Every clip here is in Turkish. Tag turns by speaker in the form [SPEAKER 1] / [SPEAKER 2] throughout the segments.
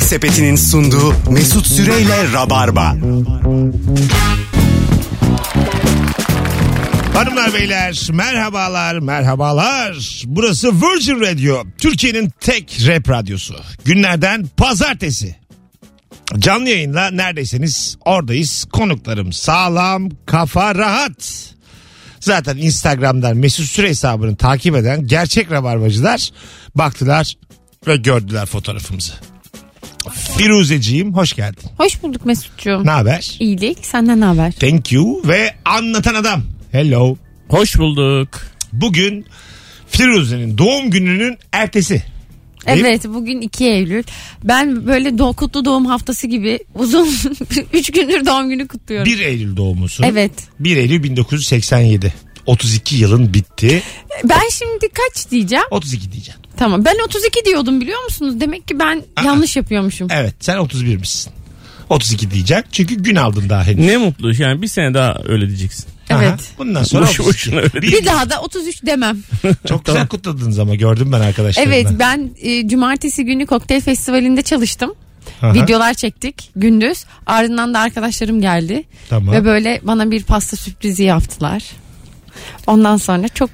[SPEAKER 1] Sepeti'nin sunduğu Mesut Süreyle Rabarba.
[SPEAKER 2] Hanımlar beyler merhabalar merhabalar. Burası Virgin Radio. Türkiye'nin tek rap radyosu. Günlerden pazartesi. Canlı yayınla neredeyseniz oradayız. Konuklarım sağlam, kafa rahat. Zaten Instagram'dan Mesut Süre hesabını takip eden gerçek rabarbacılar baktılar ve gördüler fotoğrafımızı. Firuzeciğim hoş geldin.
[SPEAKER 3] Hoş bulduk Mesut'cuğum.
[SPEAKER 2] Ne haber?
[SPEAKER 3] İyilik. Senden ne haber?
[SPEAKER 2] Thank you ve anlatan adam. Hello.
[SPEAKER 4] Hoş bulduk.
[SPEAKER 2] Bugün Firuze'nin doğum gününün ertesi. Değil mi?
[SPEAKER 3] Evet bugün 2 Eylül. Ben böyle do kutlu doğum haftası gibi uzun 3 gündür doğum günü kutluyorum.
[SPEAKER 2] 1 Eylül doğumlusun.
[SPEAKER 3] Evet.
[SPEAKER 2] 1 Eylül 1987. 32 yılın bitti.
[SPEAKER 3] Ben şimdi kaç diyeceğim?
[SPEAKER 2] 32 diyeceksin.
[SPEAKER 3] Tamam. Ben 32 diyordum biliyor musunuz? Demek ki ben yanlış yapıyormuşum.
[SPEAKER 2] Evet sen 31 misin? 32 diyeceksin. Çünkü gün aldın daha henüz.
[SPEAKER 4] Ne mutlu yani bir sene daha öyle diyeceksin.
[SPEAKER 2] Aha,
[SPEAKER 3] Evet.
[SPEAKER 2] Bundan sonra
[SPEAKER 4] Boşu
[SPEAKER 2] 32.
[SPEAKER 4] boşuna öyle
[SPEAKER 2] Bir-
[SPEAKER 3] Bir daha da 33 demem.
[SPEAKER 2] Çok güzel kutladınız ama gördüm ben arkadaşlarımdan.
[SPEAKER 3] Evet ben e, cumartesi günü kokteyl festivalinde çalıştım.
[SPEAKER 2] Aha,
[SPEAKER 3] Videolar çektik gündüz. Ardından da arkadaşlarım geldi.
[SPEAKER 2] Tamam.
[SPEAKER 3] Ve böyle bana bir pasta sürprizi yaptılar. Ondan sonra çok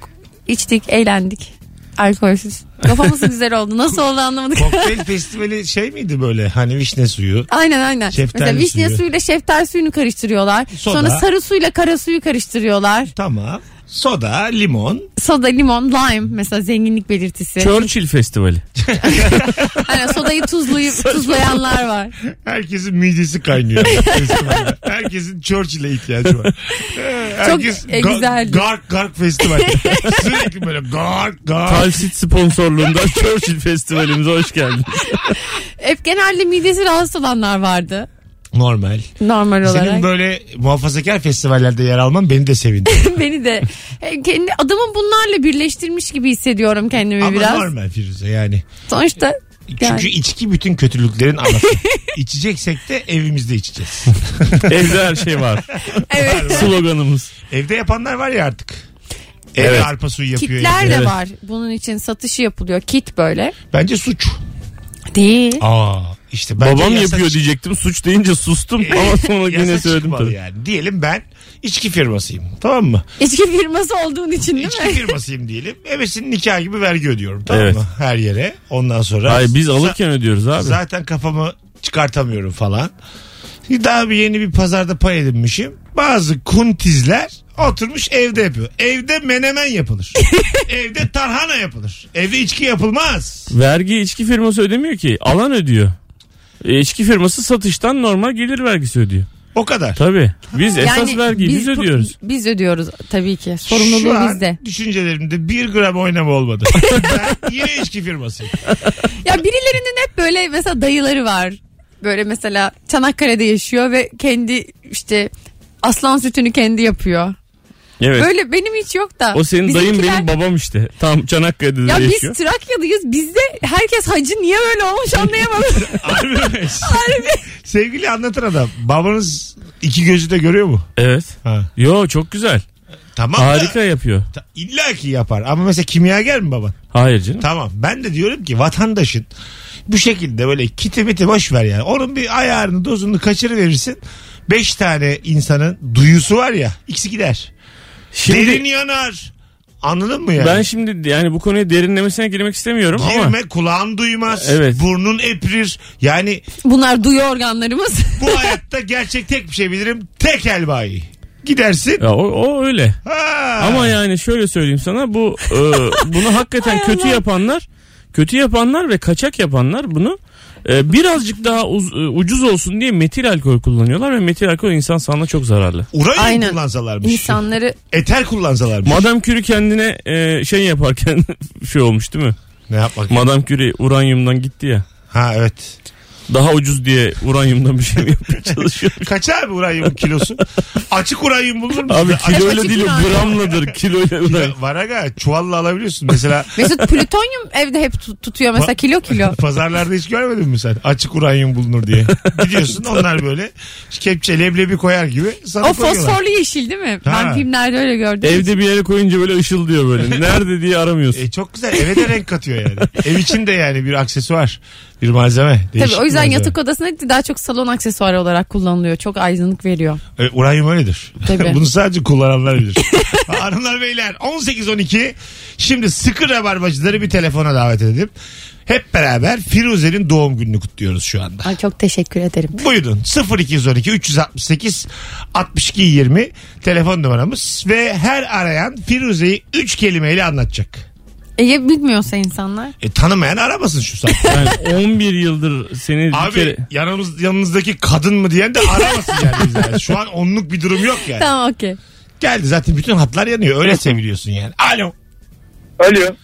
[SPEAKER 3] içtik, eğlendik. Alkolsüz. Kafamız güzel oldu. Nasıl oldu anlamadık.
[SPEAKER 2] Kokteyl festivali şey miydi böyle hani vişne suyu?
[SPEAKER 3] Aynen aynen.
[SPEAKER 2] Şeftali
[SPEAKER 3] Mesela vişne
[SPEAKER 2] suyu.
[SPEAKER 3] suyuyla şeftali suyunu karıştırıyorlar.
[SPEAKER 2] Soda.
[SPEAKER 3] Sonra sarı suyla kara suyu karıştırıyorlar.
[SPEAKER 2] Tamam. Soda, limon.
[SPEAKER 3] Soda, limon, lime mesela zenginlik belirtisi.
[SPEAKER 4] Churchill Festivali.
[SPEAKER 3] Aynen sodayı tuzlayıp tuzlayanlar var.
[SPEAKER 2] Herkesin midesi kaynıyor. festivalde. Herkesin Churchill'e ihtiyacı var. Ee, Herkes
[SPEAKER 3] e,
[SPEAKER 2] ga-
[SPEAKER 3] güzeldi.
[SPEAKER 2] Gark gark festival. Sürekli böyle gark gark.
[SPEAKER 4] Kalsit sponsorluğunda Churchill Festivalimize hoş geldin.
[SPEAKER 3] Hep genelde midesi rahatsız olanlar vardı.
[SPEAKER 2] Normal.
[SPEAKER 3] Normal olarak.
[SPEAKER 2] Senin böyle muhafazakar festivallerde yer alman beni de sevindi.
[SPEAKER 3] Beni de. E, Kendi adamı bunlarla birleştirmiş gibi hissediyorum kendimi
[SPEAKER 2] Ama
[SPEAKER 3] biraz.
[SPEAKER 2] normal Firuze yani.
[SPEAKER 3] Sonuçta
[SPEAKER 2] Çünkü
[SPEAKER 3] Yani.
[SPEAKER 2] içki bütün kötülüklerin anası. İçeceksek de evimizde içeceğiz.
[SPEAKER 4] Evde her şey var.
[SPEAKER 3] evet.
[SPEAKER 4] Sloganımız.
[SPEAKER 2] Evde yapanlar var ya artık. Evde
[SPEAKER 4] Evet.
[SPEAKER 2] arpa suyu yapıyor.
[SPEAKER 3] Kitler
[SPEAKER 2] evde.
[SPEAKER 3] de
[SPEAKER 4] Evet.
[SPEAKER 3] var. Bunun için satışı yapılıyor. Kit böyle.
[SPEAKER 2] Bence suç.
[SPEAKER 3] Değil.
[SPEAKER 2] Aa işte bence
[SPEAKER 4] Babam
[SPEAKER 2] yasa
[SPEAKER 4] yapıyor
[SPEAKER 2] çık-
[SPEAKER 4] diyecektim. Suç deyince sustum ama sonra
[SPEAKER 2] yasa
[SPEAKER 4] yine söyledim
[SPEAKER 2] çıkmalı
[SPEAKER 4] tabii.
[SPEAKER 2] Yani. Diyelim ben içki firmasıyım. Tamam mı?
[SPEAKER 3] İçki firması olduğun için değil
[SPEAKER 2] İçki
[SPEAKER 3] mi?
[SPEAKER 2] firmasıyım diyelim. Ebesin nikah gibi vergi ödüyorum. Tamam
[SPEAKER 4] Evet.
[SPEAKER 2] mı? Her yere. Ondan sonra.
[SPEAKER 4] Hayır biz
[SPEAKER 2] Sa-
[SPEAKER 4] alırken ödüyoruz abi.
[SPEAKER 2] Zaten kafamı çıkartamıyorum falan. Daha bir yeni bir pazarda pay edinmişim. Bazı kuntizler oturmuş evde yapıyor. Evde menemen yapılır. evde tarhana yapılır. Evde içki yapılmaz.
[SPEAKER 4] Vergi içki firması ödemiyor ki. Alan ödüyor. E, İçki firması satıştan normal gelir vergisi ödüyor.
[SPEAKER 2] O kadar.
[SPEAKER 4] Tabii. Biz esas vergiyi biz,
[SPEAKER 3] bu-
[SPEAKER 4] ödüyoruz.
[SPEAKER 3] Biz ödüyoruz tabii ki.
[SPEAKER 2] Şu
[SPEAKER 3] Sorumluluğu
[SPEAKER 2] an
[SPEAKER 3] bizde.
[SPEAKER 2] düşüncelerimde bir gram oynama olmadı. ben yine içki firmasıyım.
[SPEAKER 3] Ya birilerinin hep böyle mesela dayıları var. Böyle mesela Çanakkale'de yaşıyor ve kendi işte aslan sütünü kendi yapıyor.
[SPEAKER 4] Evet.
[SPEAKER 3] Böyle benim hiç yok da.
[SPEAKER 4] O senin dayın
[SPEAKER 3] Bizimkiler-
[SPEAKER 4] benim babam işte. Tam Çanakkale'de de
[SPEAKER 3] Ya
[SPEAKER 4] yaşıyor.
[SPEAKER 3] biz Trakyalıyız. Bizde herkes hacı niye böyle olmuş anlayamadım.
[SPEAKER 2] Harbi mi? Sevgili anlatır adam. Babanız iki gözü de görüyor mu?
[SPEAKER 4] Evet.
[SPEAKER 2] Ha.
[SPEAKER 4] Yo çok güzel.
[SPEAKER 2] Tamam
[SPEAKER 4] Harika
[SPEAKER 2] da
[SPEAKER 4] yapıyor.
[SPEAKER 2] ta- illa ki yapar. Ama mesela kimyager mi baban?
[SPEAKER 4] Hayır canım.
[SPEAKER 2] Tamam. Ben de diyorum ki vatandaşın bu şekilde böyle kiti miti boş ver yani. Onun bir ayarını dozunu kaçırıverirsin. Beş tane insanın duyusu var ya. ikisi gider.
[SPEAKER 4] Şimdi
[SPEAKER 2] Derin yanar. Anladın mı yani?
[SPEAKER 4] ben şimdi yani bu konuya derinlemesine girmek istemiyorum ama
[SPEAKER 2] Girme kulağın duymaz.
[SPEAKER 4] Evet.
[SPEAKER 2] Burnun eprir. Yani
[SPEAKER 3] Bunlar duyu organlarımız.
[SPEAKER 2] bu hayatta gerçek tek bir şey bilirim. Tek elbayı. Gidersin.
[SPEAKER 4] ya o, o öyle.
[SPEAKER 2] Ha.
[SPEAKER 4] Ama yani şöyle söyleyeyim sana bu e, bunu hakikaten kötü yapanlar kötü yapanlar ve kaçak yapanlar bunu e, birazcık daha uz- e, ucuz olsun diye metil alkol kullanıyorlar ve metil alkol insan sağlığına çok zararlı.
[SPEAKER 2] Uranyum
[SPEAKER 3] Aynen.
[SPEAKER 2] kullansalarmış.
[SPEAKER 3] İnsanları
[SPEAKER 2] Eter kullansalarmış.
[SPEAKER 4] Madame Curie kendine e, şey yaparken şey olmuş değil mi?
[SPEAKER 2] ne yapmak?
[SPEAKER 4] Madame Curie uranyumdan gitti ya.
[SPEAKER 2] ha evet.
[SPEAKER 4] Daha ucuz diye uranyumdan bir şey mi yapmaya çalışıyor?
[SPEAKER 2] Kaç abi uranyumun kilosu? Açık uranyum bulur musun?
[SPEAKER 4] Abi
[SPEAKER 2] Açık-
[SPEAKER 4] kiloyla
[SPEAKER 3] açık
[SPEAKER 4] değil
[SPEAKER 3] uranyum.
[SPEAKER 4] gramladır kiloyla uranyum.
[SPEAKER 2] Var aga çuvalla alabiliyorsun mesela.
[SPEAKER 3] Mesut plütonyum evde hep tut- tutuyor mesela kilo kilo.
[SPEAKER 2] Pazarlarda hiç görmedin mi sen? Açık uranyum bulunur diye. Gidiyorsun onlar böyle kepçe leblebi koyar gibi sana
[SPEAKER 3] O
[SPEAKER 2] koyuyorlar.
[SPEAKER 3] fosforlu yeşil değil mi?
[SPEAKER 2] Ha.
[SPEAKER 3] Ben filmlerde öyle gördüm.
[SPEAKER 4] Evde bir yere koyunca böyle ışıldıyor böyle. Nerede diye aramıyorsun.
[SPEAKER 2] E, çok güzel eve de renk katıyor yani. Ev için de yani bir aksesuar, bir malzeme.
[SPEAKER 3] Tabii
[SPEAKER 2] Değişik
[SPEAKER 3] o yüzden yüzden
[SPEAKER 2] malzeme.
[SPEAKER 3] yatak odasında daha çok salon aksesuarı olarak kullanılıyor. Çok aydınlık veriyor.
[SPEAKER 2] E, uranyum öyledir.
[SPEAKER 3] Tabii.
[SPEAKER 2] Bunu sadece kullananlar bilir. Hanımlar beyler 18-12 şimdi sıkı rabarbacıları bir telefona davet edelim. Hep beraber Firuze'nin doğum gününü kutluyoruz şu anda.
[SPEAKER 3] Ay çok teşekkür ederim.
[SPEAKER 2] Buyurun 0212 368 62 20 telefon numaramız ve her arayan Firuze'yi 3 kelimeyle anlatacak.
[SPEAKER 3] E ya bilmiyorsa insanlar?
[SPEAKER 2] E, tanımayan aramasın şu saatte.
[SPEAKER 4] Yani 11 yıldır seni bir
[SPEAKER 2] Abi
[SPEAKER 4] kere...
[SPEAKER 2] yanımız, yanınızdaki kadın mı diyen de aramasın yani biz yani. Şu an onluk bir durum yok yani.
[SPEAKER 3] Tamam okey.
[SPEAKER 2] Geldi zaten bütün hatlar yanıyor. Öyle seviliyorsun yani. Alo.
[SPEAKER 5] Alo.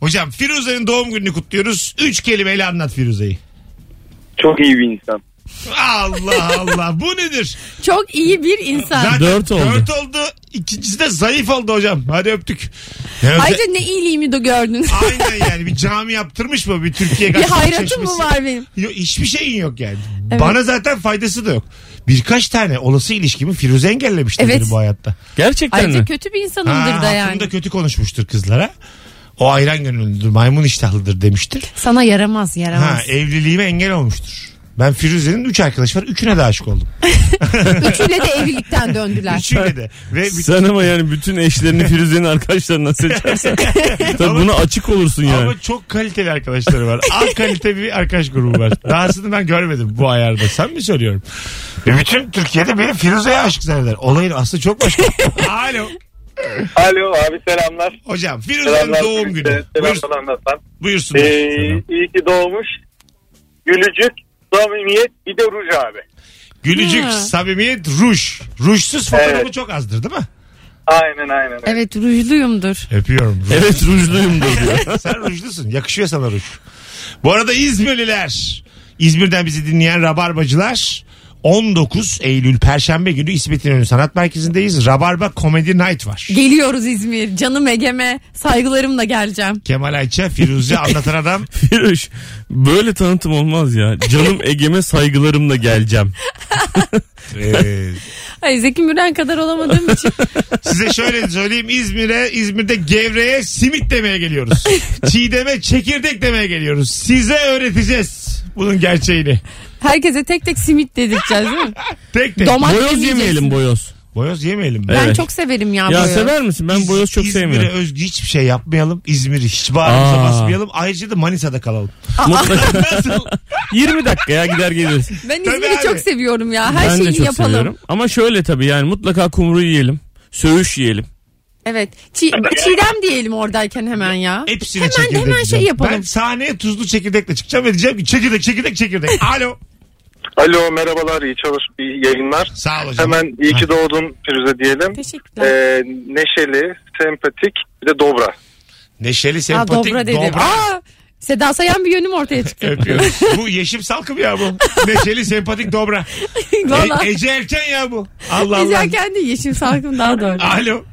[SPEAKER 2] Hocam Firuze'nin doğum gününü kutluyoruz. Üç kelimeyle anlat Firuze'yi.
[SPEAKER 5] Çok iyi bir insan.
[SPEAKER 2] Allah Allah. Bu nedir?
[SPEAKER 3] Çok iyi bir insan.
[SPEAKER 2] Zaten
[SPEAKER 4] Dört oldu.
[SPEAKER 2] Dört oldu. İkincisi de zayıf oldu hocam. Hadi öptük. Ne özel-
[SPEAKER 3] Ayrıca ne iyiliğimi de gördün.
[SPEAKER 2] Aynen yani bir cami yaptırmış mı bir Türkiye
[SPEAKER 3] bir
[SPEAKER 2] Gazetesi
[SPEAKER 3] hayratım mı
[SPEAKER 2] çeşmesi?
[SPEAKER 3] var benim?
[SPEAKER 2] Yok, hiçbir şeyin yok yani.
[SPEAKER 3] Evet.
[SPEAKER 2] Bana zaten faydası da yok. Birkaç tane olası ilişkimi Firuze engellemiştir
[SPEAKER 3] Evet.
[SPEAKER 2] beni bu hayatta.
[SPEAKER 4] Gerçekten
[SPEAKER 3] Ayrıca
[SPEAKER 4] mi?
[SPEAKER 3] kötü bir
[SPEAKER 2] Ha,
[SPEAKER 3] insanımdır da yani.
[SPEAKER 2] hakkımda kötü konuşmuştur kızlara. O ayran gönüllüdür, maymun iştahlıdır demiştir.
[SPEAKER 3] Sana yaramaz yaramaz.
[SPEAKER 2] Ha, evliliğime engel olmuştur. Ben Firuze'nin 3 arkadaşı var. Üçüne de aşık oldum.
[SPEAKER 3] Üçüyle de evlilikten döndüler.
[SPEAKER 2] Üçüne de. Ve bir-
[SPEAKER 4] Sen ama yani bütün eşlerini Firuze'nin arkadaşlarından seçersen tabii buna açık olursun yani.
[SPEAKER 2] Ama çok kaliteli arkadaşları var. Az kalite bir arkadaş grubu var. Dahasını ben görmedim bu ayarda. Sen mi söylüyorum? Ve E, bütün Türkiye'de beni Firuze'ye aşık zanneder. Olayın aslı çok başka. Alo.
[SPEAKER 5] Alo abi selamlar.
[SPEAKER 2] Hocam Firuze'nin
[SPEAKER 5] Selamlar.
[SPEAKER 2] doğum günü. Buyur,
[SPEAKER 5] Selamlar anlatan.
[SPEAKER 2] buyursun.
[SPEAKER 5] Ee, iyi ki doğmuş. Gülücük, samimiyet bir de ruj abi.
[SPEAKER 2] Gülücük,
[SPEAKER 3] Ha.
[SPEAKER 2] samimiyet, ruj. Rujsuz fotoğrafı
[SPEAKER 5] Evet.
[SPEAKER 2] çok azdır değil mi?
[SPEAKER 5] Aynen aynen.
[SPEAKER 3] Evet rujluyumdur.
[SPEAKER 2] Öpüyorum. Ruj.
[SPEAKER 4] Evet rujluyum da diyor.
[SPEAKER 2] Sen rujlusun. Yakışıyor sana ruj. Bu arada İzmirliler. İzmir'den bizi dinleyen Rabarbacılar. 19 Eylül Perşembe günü İsmet İnönü Sanat Merkezi'ndeyiz. Rabarba Comedy Night var.
[SPEAKER 3] Geliyoruz İzmir. Canım Ege'me saygılarımla geleceğim.
[SPEAKER 2] Kemal Ayça, Firuze anlatan adam.
[SPEAKER 4] Firuş böyle tanıtım olmaz ya. Canım Ege'me saygılarımla geleceğim.
[SPEAKER 2] Ee,
[SPEAKER 3] Ay Zeki Müren kadar olamadığım için.
[SPEAKER 2] size şöyle söyleyeyim İzmir'e, İzmir'de gevreye simit demeye geliyoruz. Çiğdeme çekirdek demeye geliyoruz. Size öğreteceğiz bunun gerçeğini.
[SPEAKER 3] Herkese tek tek simit dedirteceğiz değil mi?
[SPEAKER 2] Tek tek.
[SPEAKER 3] Domates
[SPEAKER 4] boyoz
[SPEAKER 3] yemeyeceksin.
[SPEAKER 4] yemeyelim boyoz.
[SPEAKER 2] Boyoz yemeyelim. mi?
[SPEAKER 3] Ben
[SPEAKER 4] Evet.
[SPEAKER 3] çok severim ya,
[SPEAKER 4] Ya
[SPEAKER 3] boyoz.
[SPEAKER 4] sever misin? Ben boyoz çok
[SPEAKER 2] İzmir'e
[SPEAKER 4] sevmiyorum.
[SPEAKER 2] özgü hiçbir şey yapmayalım. İzmir'i hiç bağrımıza
[SPEAKER 4] Aa.
[SPEAKER 2] basmayalım. Ayrıca da Manisa'da kalalım.
[SPEAKER 4] Mutlaka
[SPEAKER 2] Nasıl?
[SPEAKER 4] 20 dakika ya gider geliriz.
[SPEAKER 3] Ben
[SPEAKER 2] Tabii
[SPEAKER 3] İzmir'i
[SPEAKER 2] abi.
[SPEAKER 3] çok seviyorum ya. Her
[SPEAKER 4] ben
[SPEAKER 3] şeyi
[SPEAKER 4] de çok
[SPEAKER 3] yapalım.
[SPEAKER 4] seviyorum. Ama şöyle tabii yani mutlaka kumru yiyelim. Söğüş yiyelim.
[SPEAKER 3] Evet. Çi- çiğdem diyelim oradayken hemen ya.
[SPEAKER 2] Hepsini
[SPEAKER 3] hemen
[SPEAKER 2] çekirdek.
[SPEAKER 3] hemen şey
[SPEAKER 2] diyeceğim.
[SPEAKER 3] yapalım.
[SPEAKER 2] Ben sahneye tuzlu çekirdekle çıkacağım ve diyeceğim ki çekirdek çekirdek çekirdek. Alo.
[SPEAKER 5] Alo merhabalar iyi çalış iyi yayınlar.
[SPEAKER 2] Sağ ol hocam.
[SPEAKER 5] Hemen iyi ki doğdun Firuze diyelim.
[SPEAKER 3] Teşekkürler.
[SPEAKER 5] Ee, neşeli, sempatik bir de dobra.
[SPEAKER 2] Neşeli,
[SPEAKER 3] Ha,
[SPEAKER 2] sempatik,
[SPEAKER 3] dobra dedi.
[SPEAKER 2] dobra.
[SPEAKER 3] Aa, Seda Sayan bir yönüm ortaya çıktı.
[SPEAKER 2] Öpüyoruz. bu yeşim salkım ya bu. Neşeli, sempatik, dobra.
[SPEAKER 3] Valla.
[SPEAKER 2] E- Ece Erken ya bu. Allah Allah.
[SPEAKER 3] Gezerken de yeşil salkım daha doğru.
[SPEAKER 2] Alo.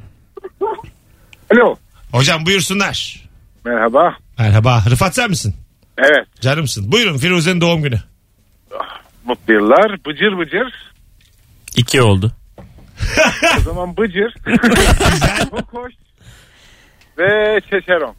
[SPEAKER 5] Alo.
[SPEAKER 2] Hocam buyursunlar.
[SPEAKER 5] Merhaba.
[SPEAKER 2] Merhaba. Rıfat sen misin?
[SPEAKER 5] Evet.
[SPEAKER 2] Canımsın. Buyurun Firuze'nin doğum günü.
[SPEAKER 5] Mutlu yıllar. Bıcır bıcır.
[SPEAKER 4] İki oldu.
[SPEAKER 5] O zaman bıcır. Çok hoş. Ve çeçeron.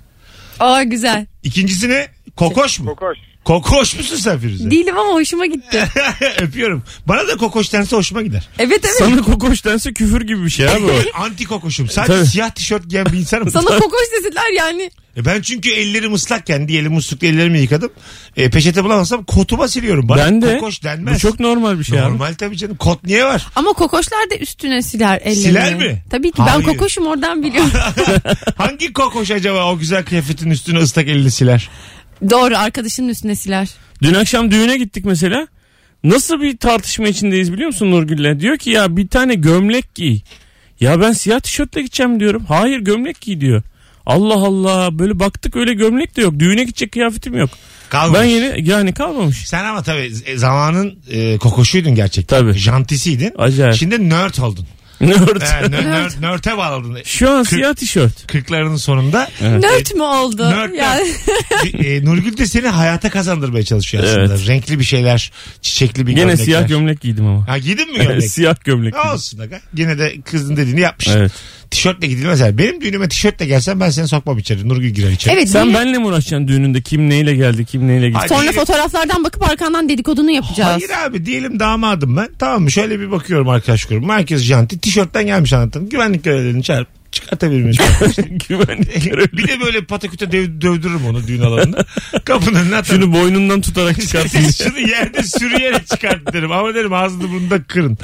[SPEAKER 3] Aa güzel.
[SPEAKER 2] İkincisi ne? Kokoş mu?
[SPEAKER 5] Çok hoş.
[SPEAKER 2] Kokoş musun sen Firuze?
[SPEAKER 3] Değilim ama hoşuma gitti.
[SPEAKER 2] Öpüyorum. Bana da kokoş dense hoşuma gider.
[SPEAKER 3] Evet evet. Sana,
[SPEAKER 4] Sana kokoş dense küfür gibi bir şey abi o.
[SPEAKER 2] Anti kokoşum. Sadece
[SPEAKER 4] Tabii.
[SPEAKER 2] siyah tişört giyen bir insanım.
[SPEAKER 3] kokoş dediler yani.
[SPEAKER 2] E ben çünkü ellerim ıslakken diyelim muslukta ellerimi yıkadım. E, peçete bulamazsam kotuma siliyorum. Bana
[SPEAKER 4] ben de.
[SPEAKER 2] kokoş denmez.
[SPEAKER 4] Bu çok normal bir şey abi.
[SPEAKER 2] Normal tabii canım. Kot niye var?
[SPEAKER 3] Ama kokoşlar da üstüne siler ellerini.
[SPEAKER 2] Siler mi?
[SPEAKER 3] Tabii ki
[SPEAKER 2] Hayır.
[SPEAKER 3] ben kokoşum oradan biliyorum.
[SPEAKER 2] Hangi kokoş acaba o güzel kıyafetin üstüne ıslak elini siler?
[SPEAKER 3] doğru arkadaşının üstüne siler.
[SPEAKER 4] Dün akşam düğüne gittik mesela. Nasıl bir tartışma içindeyiz biliyor musun Nurgül'le? Diyor ki ya bir tane gömlek giy. Ya ben siyah tişörtle gideceğim diyorum. Hayır gömlek giy diyor. Allah Allah böyle baktık öyle gömlek de yok. Düğüne gidecek kıyafetim yok.
[SPEAKER 2] Kalmış.
[SPEAKER 4] Ben yeni yani kalmamış.
[SPEAKER 2] Sen ama tabii e, zamanın e, kokoşuydun gerçekten.
[SPEAKER 4] Tabii.
[SPEAKER 2] Jantisiydin.
[SPEAKER 4] Acayip.
[SPEAKER 2] Şimdi nerd oldun.
[SPEAKER 4] Ne
[SPEAKER 2] He,
[SPEAKER 4] örtü?
[SPEAKER 2] nerd, nerd, nerd'e bağladın.
[SPEAKER 4] Şu an
[SPEAKER 2] Kırk-
[SPEAKER 4] siyah tişört.
[SPEAKER 2] Kırklarının sonunda.
[SPEAKER 3] Nört mü oldu?
[SPEAKER 2] Nört,
[SPEAKER 3] Yani,
[SPEAKER 2] e, Nurgül de seni hayata kazandırmaya çalışıyor aslında.
[SPEAKER 4] Evet.
[SPEAKER 2] Renkli bir şeyler, çiçekli bir
[SPEAKER 4] Gene
[SPEAKER 2] gömlekler.
[SPEAKER 4] siyah gömlek giydim ama.
[SPEAKER 2] Ha giydin mi gömlek?
[SPEAKER 4] siyah gömlek.
[SPEAKER 2] Olsun aga. Gene de kızın dediğini yapmış.
[SPEAKER 4] Evet.
[SPEAKER 2] Tişörtle gidilmez yani. Benim düğünüme tişörtle gelsen ben seni sokmam içeri. Nurgül girer içeri.
[SPEAKER 3] Evet.
[SPEAKER 4] Sen
[SPEAKER 3] düğün-
[SPEAKER 4] benle mi uğraşacaksın düğününde? Kim neyle geldi, kim neyle gitti?
[SPEAKER 2] Hayır.
[SPEAKER 3] Sonra fotoğraflardan bakıp arkandan dedikodunu yapacağız.
[SPEAKER 2] Hayır abi diyelim damadım ben. Tamam mı? Şöyle bir bakıyorum arkadaş grubuma. Herkes janti. Tişörtten gelmiş anlattım. Güvenlik görevlerini çağırıp çıkartabilir miyiz?
[SPEAKER 4] Güvenlik görevi.
[SPEAKER 2] bir de böyle pataküte dev, dövdürürüm onu düğün alanında. Kapının önüne atarım.
[SPEAKER 4] Şunu boynundan tutarak çıkarsın.
[SPEAKER 2] Şunu yerde sürüyerek çıkart derim. Ama derim ağzını burnunu da kırın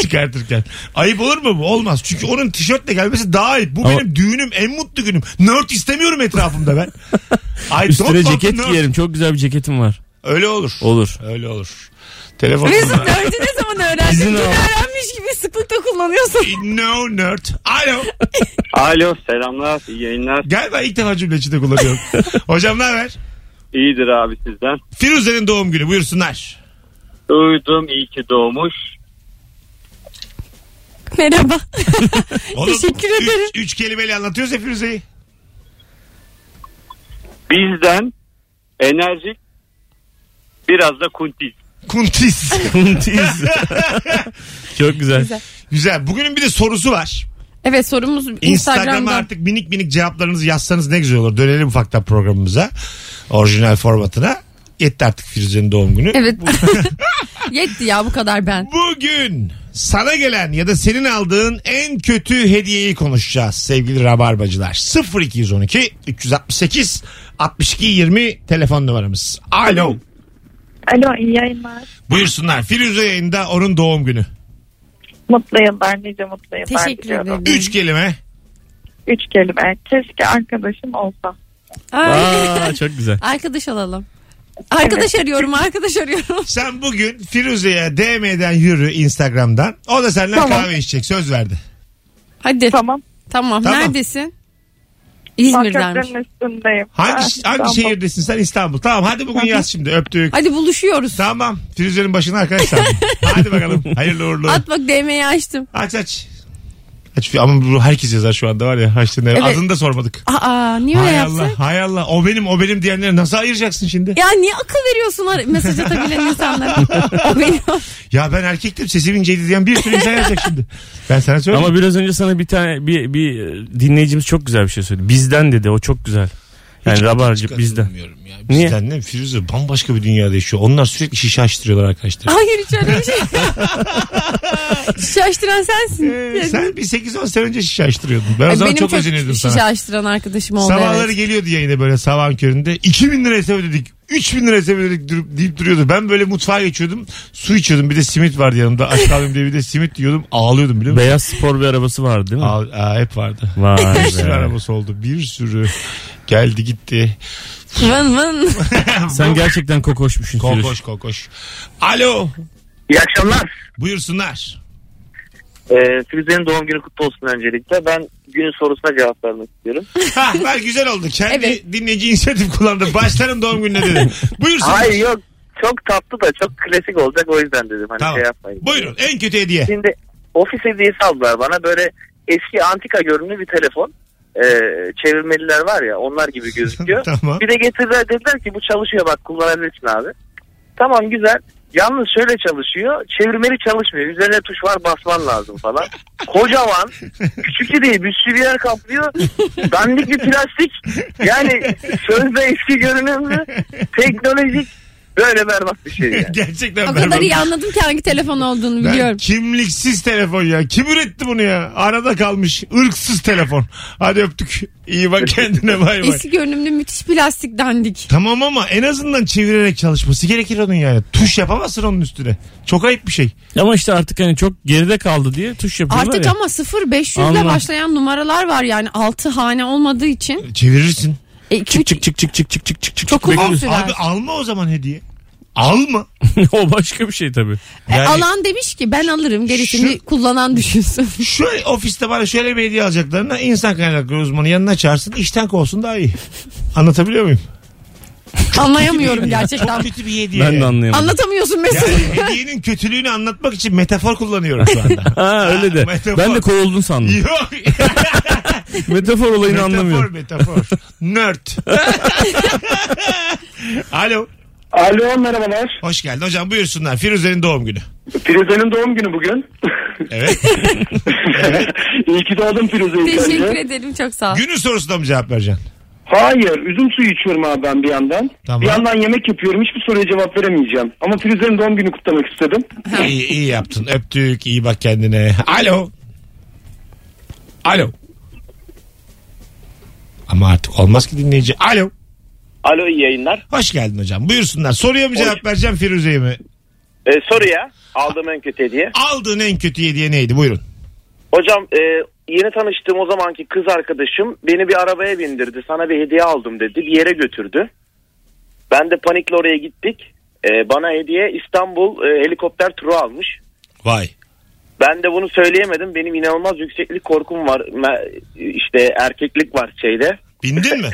[SPEAKER 2] çıkartırken. Ayıp olur mu bu? Olmaz. Çünkü onun tişörtle gelmesi daha ayıp. Bu
[SPEAKER 4] Ama-
[SPEAKER 2] benim düğünüm en mutlu günüm. Nerd istemiyorum etrafımda ben. I don't
[SPEAKER 4] Üstüne
[SPEAKER 2] want
[SPEAKER 4] ceket
[SPEAKER 2] nerd.
[SPEAKER 4] giyerim. Çok güzel bir ceketim var.
[SPEAKER 2] Öyle olur.
[SPEAKER 4] Olur.
[SPEAKER 2] Öyle olur. Telefon
[SPEAKER 3] Mesut nördü ne zaman öğrendin?
[SPEAKER 4] İzin
[SPEAKER 3] Dün
[SPEAKER 4] al.
[SPEAKER 3] öğrenmiş gibi sıklıkla kullanıyorsun.
[SPEAKER 2] No nerd. Alo.
[SPEAKER 5] Alo selamlar iyi yayınlar.
[SPEAKER 2] Galiba ilk defa cümle içinde kullanıyorum. Hocam ne haber?
[SPEAKER 5] İyidir abi sizden.
[SPEAKER 2] Firuze'nin doğum günü buyursunlar.
[SPEAKER 5] Duydum iyi ki doğmuş.
[SPEAKER 3] Merhaba.
[SPEAKER 2] Oğlum,
[SPEAKER 3] Teşekkür
[SPEAKER 2] üç-
[SPEAKER 3] ederim.
[SPEAKER 2] Üç, kelimeyle anlatıyoruz ya Firuze'yi.
[SPEAKER 5] Bizden enerjik biraz da kuntiz.
[SPEAKER 2] Kuntis.
[SPEAKER 4] Kuntiz. Çok güzel.
[SPEAKER 2] Güzel. Bugünün bir de sorusu var.
[SPEAKER 3] Evet sorumuz
[SPEAKER 2] Instagram'a
[SPEAKER 3] Instagram'dan.
[SPEAKER 2] artık minik minik cevaplarınızı yazsanız ne güzel olur. Dönelim ufaktan programımıza. Orijinal formatına. Yetti artık Firuze'nin doğum günü.
[SPEAKER 3] Evet. Yetti ya bu kadar ben.
[SPEAKER 2] Bugün sana gelen ya da senin aldığın en kötü hediyeyi konuşacağız sevgili rabarbacılar. 0212 368 62 20 telefon numaramız. Alo.
[SPEAKER 6] Alo iyi yayınlar.
[SPEAKER 2] Buyursunlar. Firuze yayında onun doğum günü.
[SPEAKER 6] Mutlu yıllar nice mutlu yıllar
[SPEAKER 3] Teşekkür
[SPEAKER 6] diliyorum.
[SPEAKER 3] ederim.
[SPEAKER 2] Üç kelime.
[SPEAKER 6] Üç kelime. Keşke arkadaşım olsa.
[SPEAKER 3] Ay.
[SPEAKER 4] Aa, çok güzel.
[SPEAKER 3] Arkadaş alalım. Arkadaş arıyorum, arkadaş arıyorum.
[SPEAKER 2] Sen bugün Firuze'ye DM'den yürü Instagram'dan. O da seninle
[SPEAKER 6] Tamam.
[SPEAKER 2] kahve içecek. Söz verdi.
[SPEAKER 3] Hadi. Tamam.
[SPEAKER 6] Tamam.
[SPEAKER 2] Tamam.
[SPEAKER 3] Neredesin?
[SPEAKER 6] Köprünün
[SPEAKER 3] İzmir'denmiş.
[SPEAKER 6] üstündeyim.
[SPEAKER 2] Hangi,
[SPEAKER 6] Ah,
[SPEAKER 2] hangi
[SPEAKER 6] İstanbul.
[SPEAKER 2] şehirdesin sen? İstanbul. Tamam hadi bugün yaz şimdi. Öptük.
[SPEAKER 3] Hadi buluşuyoruz.
[SPEAKER 2] Tamam. Firuze'nin başına arkadaşlar. hadi bakalım. Hayırlı uğurlu.
[SPEAKER 3] At bak DM'yi açtım.
[SPEAKER 2] Aç aç. Aç ama bu herkes yazar şu anda var ya haçlı ne? Adını da sormadık.
[SPEAKER 3] Aa niye öyle
[SPEAKER 2] Hay
[SPEAKER 3] yapsın?
[SPEAKER 2] Allah, hay Allah. O benim, o benim diyenleri nasıl ayıracaksın şimdi?
[SPEAKER 3] Ya niye akıl veriyorsun ar- mesaj atabilen insanlara? O benim-
[SPEAKER 2] Ya ben erkektim sesim inceydi diyen bir sürü insan yazacak şimdi. Ben sana söyleyeyim.
[SPEAKER 4] Ama biraz önce sana bir tane bir, bir dinleyicimiz çok güzel bir şey söyledi. Bizden dedi o çok güzel. Yani rabarcı bizden.
[SPEAKER 2] Bilmiyorum ya.
[SPEAKER 4] Niye?
[SPEAKER 2] Bizden ne? Firuze bambaşka bir dünyada yaşıyor. Onlar sürekli şişe açtırıyorlar arkadaşlar.
[SPEAKER 3] Hayır hiç öyle bir şey. Şaştıran sensin.
[SPEAKER 2] Ee, sen bir 8-10 sene önce şişe açtırıyordun. Ben o
[SPEAKER 3] Ay,
[SPEAKER 2] zaman
[SPEAKER 3] benim
[SPEAKER 2] çok, özenirdim
[SPEAKER 3] şişe
[SPEAKER 2] sana.
[SPEAKER 3] açtıran arkadaşım oldu.
[SPEAKER 2] Sabahları
[SPEAKER 3] evet.
[SPEAKER 2] geliyordu yayına böyle sabahın köründe. 2000 lira hesap ödedik. 3000 lira hesap ödedik durup- deyip duruyordu. Ben böyle mutfağa geçiyordum. Su içiyordum. Bir de simit vardı yanımda. Aç kaldım diye bir de simit yiyordum. Ağlıyordum biliyor musun?
[SPEAKER 4] Beyaz spor bir arabası vardı değil mi?
[SPEAKER 2] Ağ, aa, hep vardı.
[SPEAKER 4] Vay
[SPEAKER 2] Bir sürü
[SPEAKER 4] be.
[SPEAKER 2] arabası oldu. Bir sürü geldi gitti.
[SPEAKER 3] Vın vın.
[SPEAKER 4] Sen gerçekten kokoşmuşsun. Firuş.
[SPEAKER 2] Kokoş kokoş. Alo.
[SPEAKER 5] İyi akşamlar.
[SPEAKER 2] Buyursunlar.
[SPEAKER 5] Ee, Firuze'nin doğum günü kutlu olsun öncelikle. Ben günün sorusuna cevap vermek istiyorum.
[SPEAKER 2] Ha, ben güzel oldu. Kendi
[SPEAKER 3] Evet.
[SPEAKER 2] dinleyici inisiyatif kullandı. Başların doğum gününe dedi. Buyursunlar.
[SPEAKER 5] Hayır yok çok tatlı da çok klasik olacak o yüzden dedim. Hani
[SPEAKER 2] Tamam.
[SPEAKER 5] şey yapmayın.
[SPEAKER 2] Buyurun en kötü hediye.
[SPEAKER 5] Şimdi ofis hediyesi aldılar bana böyle eski antika görünümlü bir telefon. Ee, çevirmeliler var ya onlar gibi gözüküyor.
[SPEAKER 2] Tamam.
[SPEAKER 5] Bir de getirdiler dediler ki bu çalışıyor bak kullanabilirsin abi. Tamam güzel. Yalnız şöyle çalışıyor. Çevirmeli çalışmıyor. Üzerine tuş var basman lazım falan. Kocaman. Küçük de değil. Bir sürü yer kaplıyor. Dandik bir plastik. Yani sözde eski görünümlü. Teknolojik. Böyle berbat bir şey yani.
[SPEAKER 2] Gerçekten
[SPEAKER 3] O
[SPEAKER 2] berbat.
[SPEAKER 3] kadar iyi anladım ki hangi telefon olduğunu
[SPEAKER 2] Ben
[SPEAKER 3] biliyorum.
[SPEAKER 2] kimliksiz telefon ya. Kim üretti bunu ya? Arada kalmış. ırksız telefon. Hadi öptük. İyi bak kendine bay bay.
[SPEAKER 3] Eski görünümlü müthiş plastik dandik.
[SPEAKER 2] Tamam ama en azından çevirerek çalışması gerekir onun yani. Tuş yapamazsın onun üstüne. Çok ayıp bir şey.
[SPEAKER 4] Ama işte artık hani çok geride kaldı diye tuş yapıyorlar
[SPEAKER 3] Artık
[SPEAKER 4] ya.
[SPEAKER 3] ama 0 500
[SPEAKER 4] Allah.
[SPEAKER 3] ile başlayan numaralar var yani 6 hane olmadığı için.
[SPEAKER 2] Çevirirsin.
[SPEAKER 3] E, iki,
[SPEAKER 4] Çık
[SPEAKER 3] üç-
[SPEAKER 4] çık çık çık çık çık çık çık. çık.
[SPEAKER 3] Çok uzun
[SPEAKER 4] Bekliyorsun.
[SPEAKER 3] süre. Güzel.
[SPEAKER 2] Abi alma o zaman hediye. Alma.
[SPEAKER 4] o başka bir şey tabii.
[SPEAKER 3] E,
[SPEAKER 2] Yani-
[SPEAKER 3] alan demiş ki ben alırım gerisini
[SPEAKER 2] Şu-
[SPEAKER 3] kullanan düşünsün.
[SPEAKER 2] Şöyle ofiste bana şöyle bir hediye alacaklarına insan kaynakları uzmanı yanına çağırsın. işten kovsun daha iyi. Anlatabiliyor muyum?
[SPEAKER 3] Anlayamıyorum gerçekten.
[SPEAKER 2] Kötü bir hediye.
[SPEAKER 4] Ben de anlayamadım.
[SPEAKER 3] Anlatamıyorsun Mesut.
[SPEAKER 2] Yani hediyenin kötülüğünü anlatmak için metafor kullanıyorum şu anda.
[SPEAKER 4] Ha öyle de.
[SPEAKER 2] Metafor.
[SPEAKER 4] Ben de kovuldun sandım.
[SPEAKER 2] Yok.
[SPEAKER 4] Metafor olayını
[SPEAKER 2] metafor,
[SPEAKER 4] anlamıyorum.
[SPEAKER 2] Metafor Nerd. Alo.
[SPEAKER 7] Alo merhabalar.
[SPEAKER 2] Hoş geldin hocam buyursunlar. Firuze'nin doğum günü.
[SPEAKER 7] Firuze'nin doğum günü bugün.
[SPEAKER 2] Evet.
[SPEAKER 5] İyi ki doğdun Firuze ilk
[SPEAKER 3] Teşekkür
[SPEAKER 5] önce.
[SPEAKER 3] ederim çok sağ ol.
[SPEAKER 2] Günün sorusuna mı cevap vereceksin?
[SPEAKER 5] Hayır üzüm suyu içiyorum abi ben bir yandan.
[SPEAKER 2] Tamam.
[SPEAKER 5] Bir yandan yemek yapıyorum hiçbir soruya cevap veremeyeceğim. Ama Firuze'nin doğum günü kutlamak istedim.
[SPEAKER 2] iyi, iyi yaptın. Öptük. iyi bak kendine. Alo. Alo. Ama artık olmaz ki dinleyici. Alo.
[SPEAKER 7] Alo iyi yayınlar.
[SPEAKER 2] Hoş geldin hocam. Buyursunlar. Soruya mı cevap
[SPEAKER 7] Hoş.
[SPEAKER 2] vereceğim Firuze'ye mi?
[SPEAKER 7] Ee, soruya aldığım en kötü hediye.
[SPEAKER 2] Aldığın en kötü hediye neydi? Buyurun.
[SPEAKER 7] Hocam e, yeni tanıştığım o zamanki kız arkadaşım beni bir arabaya bindirdi. Sana bir hediye aldım dedi. Bir yere götürdü. Ben de panikle oraya gittik. E, bana hediye İstanbul e, helikopter turu almış.
[SPEAKER 2] Vay.
[SPEAKER 7] Ben de bunu söyleyemedim. Benim inanılmaz yükseklik korkum var. Me- işte erkeklik var şeyde.
[SPEAKER 2] Bindin mi?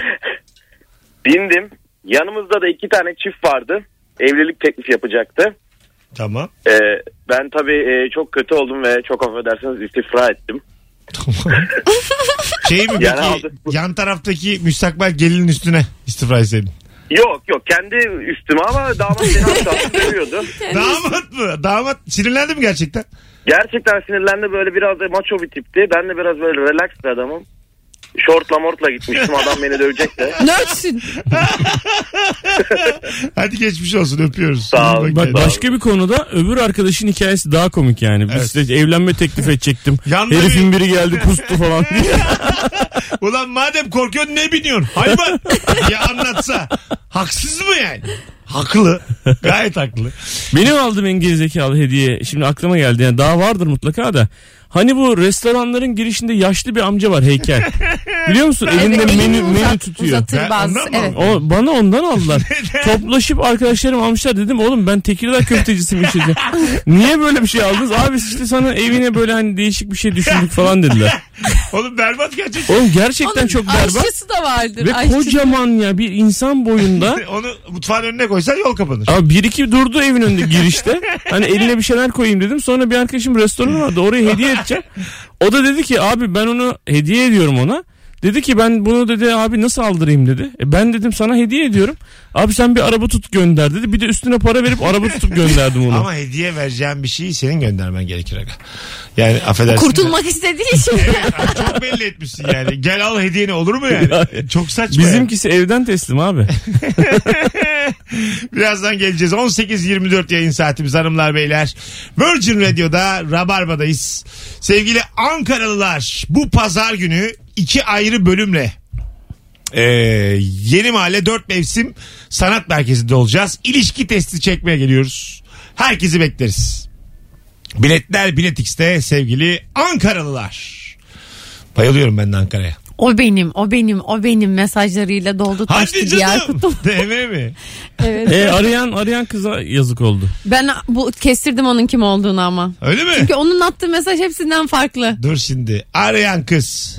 [SPEAKER 7] Bindim. Yanımızda da iki tane çift vardı. Evlilik teklif yapacaktı.
[SPEAKER 2] tamam.
[SPEAKER 7] E, ben tabii e, çok kötü oldum ve çok affedersiniz istifra ettim.
[SPEAKER 2] Tamam. şey mi peki?
[SPEAKER 7] Yani aldı.
[SPEAKER 2] Yan taraftaki müstakbel gelinin üstüne istifra etseydin.
[SPEAKER 7] Yok yok kendi üstüme ama damat beni az kalsın seviyordu.
[SPEAKER 2] Damat mı? Damat sinirlendi mi gerçekten?
[SPEAKER 7] Gerçekten sinirlendi böyle biraz da maço bir tipti. Ben de biraz böyle relax bir adamım. Şortla mortla gitmiştim adam beni dövecek de.
[SPEAKER 3] Nörtsün.
[SPEAKER 2] Hadi geçmiş olsun öpüyoruz.
[SPEAKER 7] Sağ ol.
[SPEAKER 2] İyi
[SPEAKER 4] Bak
[SPEAKER 2] kendine.
[SPEAKER 4] başka bir konuda öbür arkadaşın hikayesi daha komik yani. Biz de evlenme teklif edecektim.
[SPEAKER 2] Yandı
[SPEAKER 4] Herifin biri geldi kustu falan diye.
[SPEAKER 2] Ulan madem korkuyorsun ne biniyorsun? Hayvan. ya anlatsa. Haksız mı yani? Haklı. Gayet haklı.
[SPEAKER 4] Benim aldığım en gerizekalı hediye şimdi aklıma geldi. Yani daha vardır mutlaka da. Hani bu restoranların girişinde yaşlı bir amca var heykel. Biliyor musun? Elinde
[SPEAKER 3] Evet,
[SPEAKER 4] menü,
[SPEAKER 3] elini uzat-
[SPEAKER 4] menü tutuyor.
[SPEAKER 3] Uzatır
[SPEAKER 2] Ben
[SPEAKER 3] bazı.
[SPEAKER 2] ondan mı
[SPEAKER 3] Evet.
[SPEAKER 4] O, bana ondan aldılar.
[SPEAKER 2] Neden?
[SPEAKER 4] Toplaşıp arkadaşlarım almışlar dedim oğlum ben Tekirdağ köftecisiyim işte. Niye böyle bir şey aldınız? Abi işte sana evine böyle hani değişik bir şey düşündük falan dediler.
[SPEAKER 2] Oğlum berbat gerçekten.
[SPEAKER 4] Oğlum gerçekten
[SPEAKER 3] Onun
[SPEAKER 4] çok berbat.
[SPEAKER 3] Aşçısı da vardır.
[SPEAKER 4] Ve
[SPEAKER 3] aşçısı.
[SPEAKER 4] kocaman ya bir insan boyunda.
[SPEAKER 2] Onu mutfağın önüne koysan yol kapanır.
[SPEAKER 4] Abi bir iki durdu evin önünde girişte. Hani eline bir şeyler koyayım dedim. Sonra bir arkadaşım restoranı vardı oraya hediye edeceğim. O da dedi ki abi ben onu hediye ediyorum ona. Dedi ki ben bunu dedi abi nasıl aldırayım dedi. E ben dedim sana hediye ediyorum. Abi sen bir araba tut gönder dedi. Bir de üstüne para verip araba tutup gönderdim onu.
[SPEAKER 2] Ama hediye vereceğin bir şeyi senin göndermen gerekir aga. Yani affedersin.
[SPEAKER 3] Kurtulmak istediği için.
[SPEAKER 2] de- Çok belli etmişsin yani. Gel al hediyeni olur mu yani? Çok saçma. yani.
[SPEAKER 4] Bizimkisi evden teslim abi.
[SPEAKER 2] Birazdan geleceğiz. 18.24 yayın saatimiz hanımlar beyler. Virgin Radio'da Rabarba'dayız. Sevgili Ankaralılar bu pazar günü iki ayrı bölümle e, Yeni Mahalle 4 Mevsim Sanat Merkezi'nde olacağız. İlişki testi çekmeye geliyoruz. Herkesi bekleriz. Biletler Bilet X'te sevgili Ankaralılar. Bayılıyorum ben de Ankara'ya.
[SPEAKER 3] o benim, o benim, o benim mesajlarıyla doldu taştı
[SPEAKER 2] Hadi canım.
[SPEAKER 3] Diyarbakır.
[SPEAKER 2] Değil mi?
[SPEAKER 3] Evet.
[SPEAKER 4] E, arayan arayan kıza yazık oldu.
[SPEAKER 3] Ben bu kestirdim onun kim olduğunu ama.
[SPEAKER 2] Öyle mi?
[SPEAKER 3] Çünkü onun attığı mesaj hepsinden farklı.
[SPEAKER 2] Dur şimdi. Arayan kız.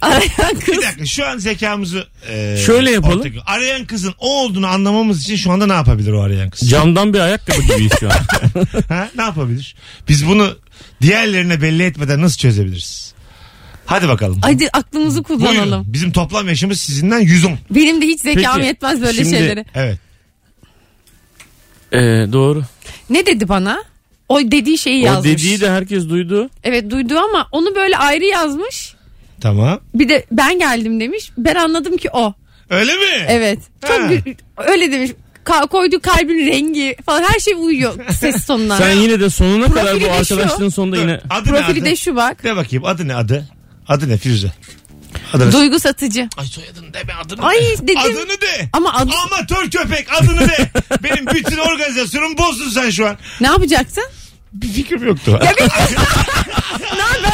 [SPEAKER 3] Arayan
[SPEAKER 2] Bir
[SPEAKER 3] kız.
[SPEAKER 2] dakika şu an zekamızı e,
[SPEAKER 4] Şöyle yapalım.
[SPEAKER 2] ortaya koy- arayan kızın o olduğunu anlamamız için şu anda ne yapabilir o arayan kız?
[SPEAKER 4] Camdan bir ayakkabı gibiyiz şu an.
[SPEAKER 2] Ha? Ne yapabilir? Biz bunu diğerlerine belli etmeden nasıl çözebiliriz? Hadi bakalım.
[SPEAKER 3] Hadi aklımızı kullanalım.
[SPEAKER 2] Buyurun. Bizim toplam yaşımız sizinden 110.
[SPEAKER 3] Benim de hiç zekam
[SPEAKER 4] Peki,
[SPEAKER 3] yetmez böyle
[SPEAKER 4] şimdi-
[SPEAKER 3] şeylere.
[SPEAKER 2] Evet.
[SPEAKER 4] E, doğru.
[SPEAKER 3] Ne dedi bana? O dediği şeyi
[SPEAKER 4] O
[SPEAKER 3] yazmış.
[SPEAKER 4] dediği de herkes duydu.
[SPEAKER 3] Evet duydu ama onu böyle ayrı yazmış.
[SPEAKER 2] Tamam.
[SPEAKER 3] Bir de ben geldim demiş. Ben anladım ki o.
[SPEAKER 2] Öyle mi?
[SPEAKER 3] Evet. Çok
[SPEAKER 2] Ha.
[SPEAKER 3] gü- öyle demiş. Ka- koyduğu kalbin rengi falan her şey uyuyor ses tonuna.
[SPEAKER 4] Sen yine de sonuna kadar
[SPEAKER 3] Profili
[SPEAKER 4] bu
[SPEAKER 3] de şu.
[SPEAKER 4] arkadaşlığın sonunda yine...
[SPEAKER 2] Adı ne adı?
[SPEAKER 3] Profili de şu bak.
[SPEAKER 2] De bakayım adı ne adı? Adı ne Firuze? Adı ne?
[SPEAKER 3] Duygu satıcı.
[SPEAKER 2] Ay soyadını deme adını
[SPEAKER 3] Ay,
[SPEAKER 2] de.
[SPEAKER 3] dedim.
[SPEAKER 2] Adını de.
[SPEAKER 3] Ama adı-
[SPEAKER 2] Amatör köpek adını de. Benim bütün organizasyonum bozdun sen şu an.
[SPEAKER 3] Ne yapacaksın?
[SPEAKER 2] Bir fikrim yoktu.
[SPEAKER 3] Ne yap-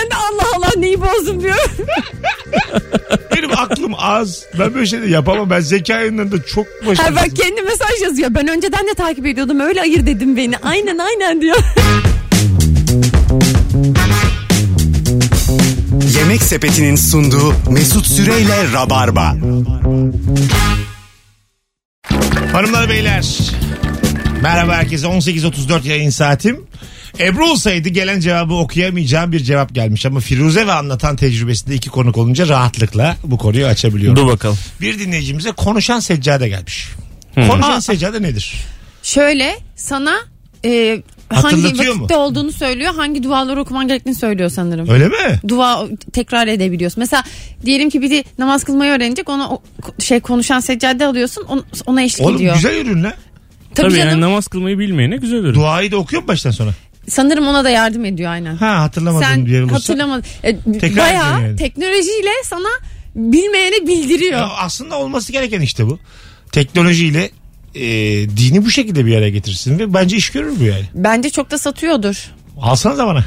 [SPEAKER 3] ben de Allah Allah neyi bozdum diyorum.
[SPEAKER 2] Benim aklım az. Ben böyle şey de yapamam. Ben zeka yönünden de çok
[SPEAKER 3] Ha, bak
[SPEAKER 2] başarısızım.
[SPEAKER 3] kendi mesaj yazıyor. Ben önceden de takip ediyordum. Öyle ayır dedim beni. Aynen aynen diyor.
[SPEAKER 1] Yemek Sepeti'nin sunduğu Mesut Süreyle Rabarba.
[SPEAKER 2] Hanımlar beyler. Merhaba herkese. 18.34 yayın saatim. Ebru olsaydı gelen cevabı okuyamayacağım bir cevap gelmiş. Ama Firuze ve anlatan tecrübesinde iki konuk olunca rahatlıkla bu konuyu açabiliyorum.
[SPEAKER 4] Dur bakalım.
[SPEAKER 2] Bir dinleyicimize konuşan seccade gelmiş. Konuşan seccade nedir?
[SPEAKER 3] Şöyle sana e, hangi
[SPEAKER 2] Hatırlatıyor mu?
[SPEAKER 3] vakitte olduğunu söylüyor. Hangi duaları okuman gerektiğini söylüyor sanırım.
[SPEAKER 2] Öyle mi?
[SPEAKER 3] Dua tekrar edebiliyorsun. Mesela diyelim ki biri namaz kılmayı öğrenecek. Ona o- şey konuşan seccade alıyorsun. on- Ona eşlik
[SPEAKER 2] Oğlum
[SPEAKER 3] ediyor.
[SPEAKER 2] güzel ürün lan.
[SPEAKER 3] Tabii,
[SPEAKER 4] Tabii
[SPEAKER 3] canım.
[SPEAKER 4] yani namaz kılmayı bilmeyene güzel ürün.
[SPEAKER 2] Duayı da okuyor mu baştan sona?
[SPEAKER 3] Sanırım ona da yardım ediyor aynen.
[SPEAKER 2] Ha hatırlamadığım
[SPEAKER 3] Sen
[SPEAKER 2] bir yer olursa.
[SPEAKER 3] hatırlamadın. E,
[SPEAKER 2] Tekrar
[SPEAKER 3] bayağı
[SPEAKER 2] ediyor yani.
[SPEAKER 3] teknolojiyle sana bilmeyene bildiriyor.
[SPEAKER 2] Ya aslında olması gereken işte bu. Teknolojiyle e, dini bu şekilde bir araya getirsin ve bence iş görür bu yani.
[SPEAKER 3] Bence çok da satıyordur.
[SPEAKER 2] Alsana da bana.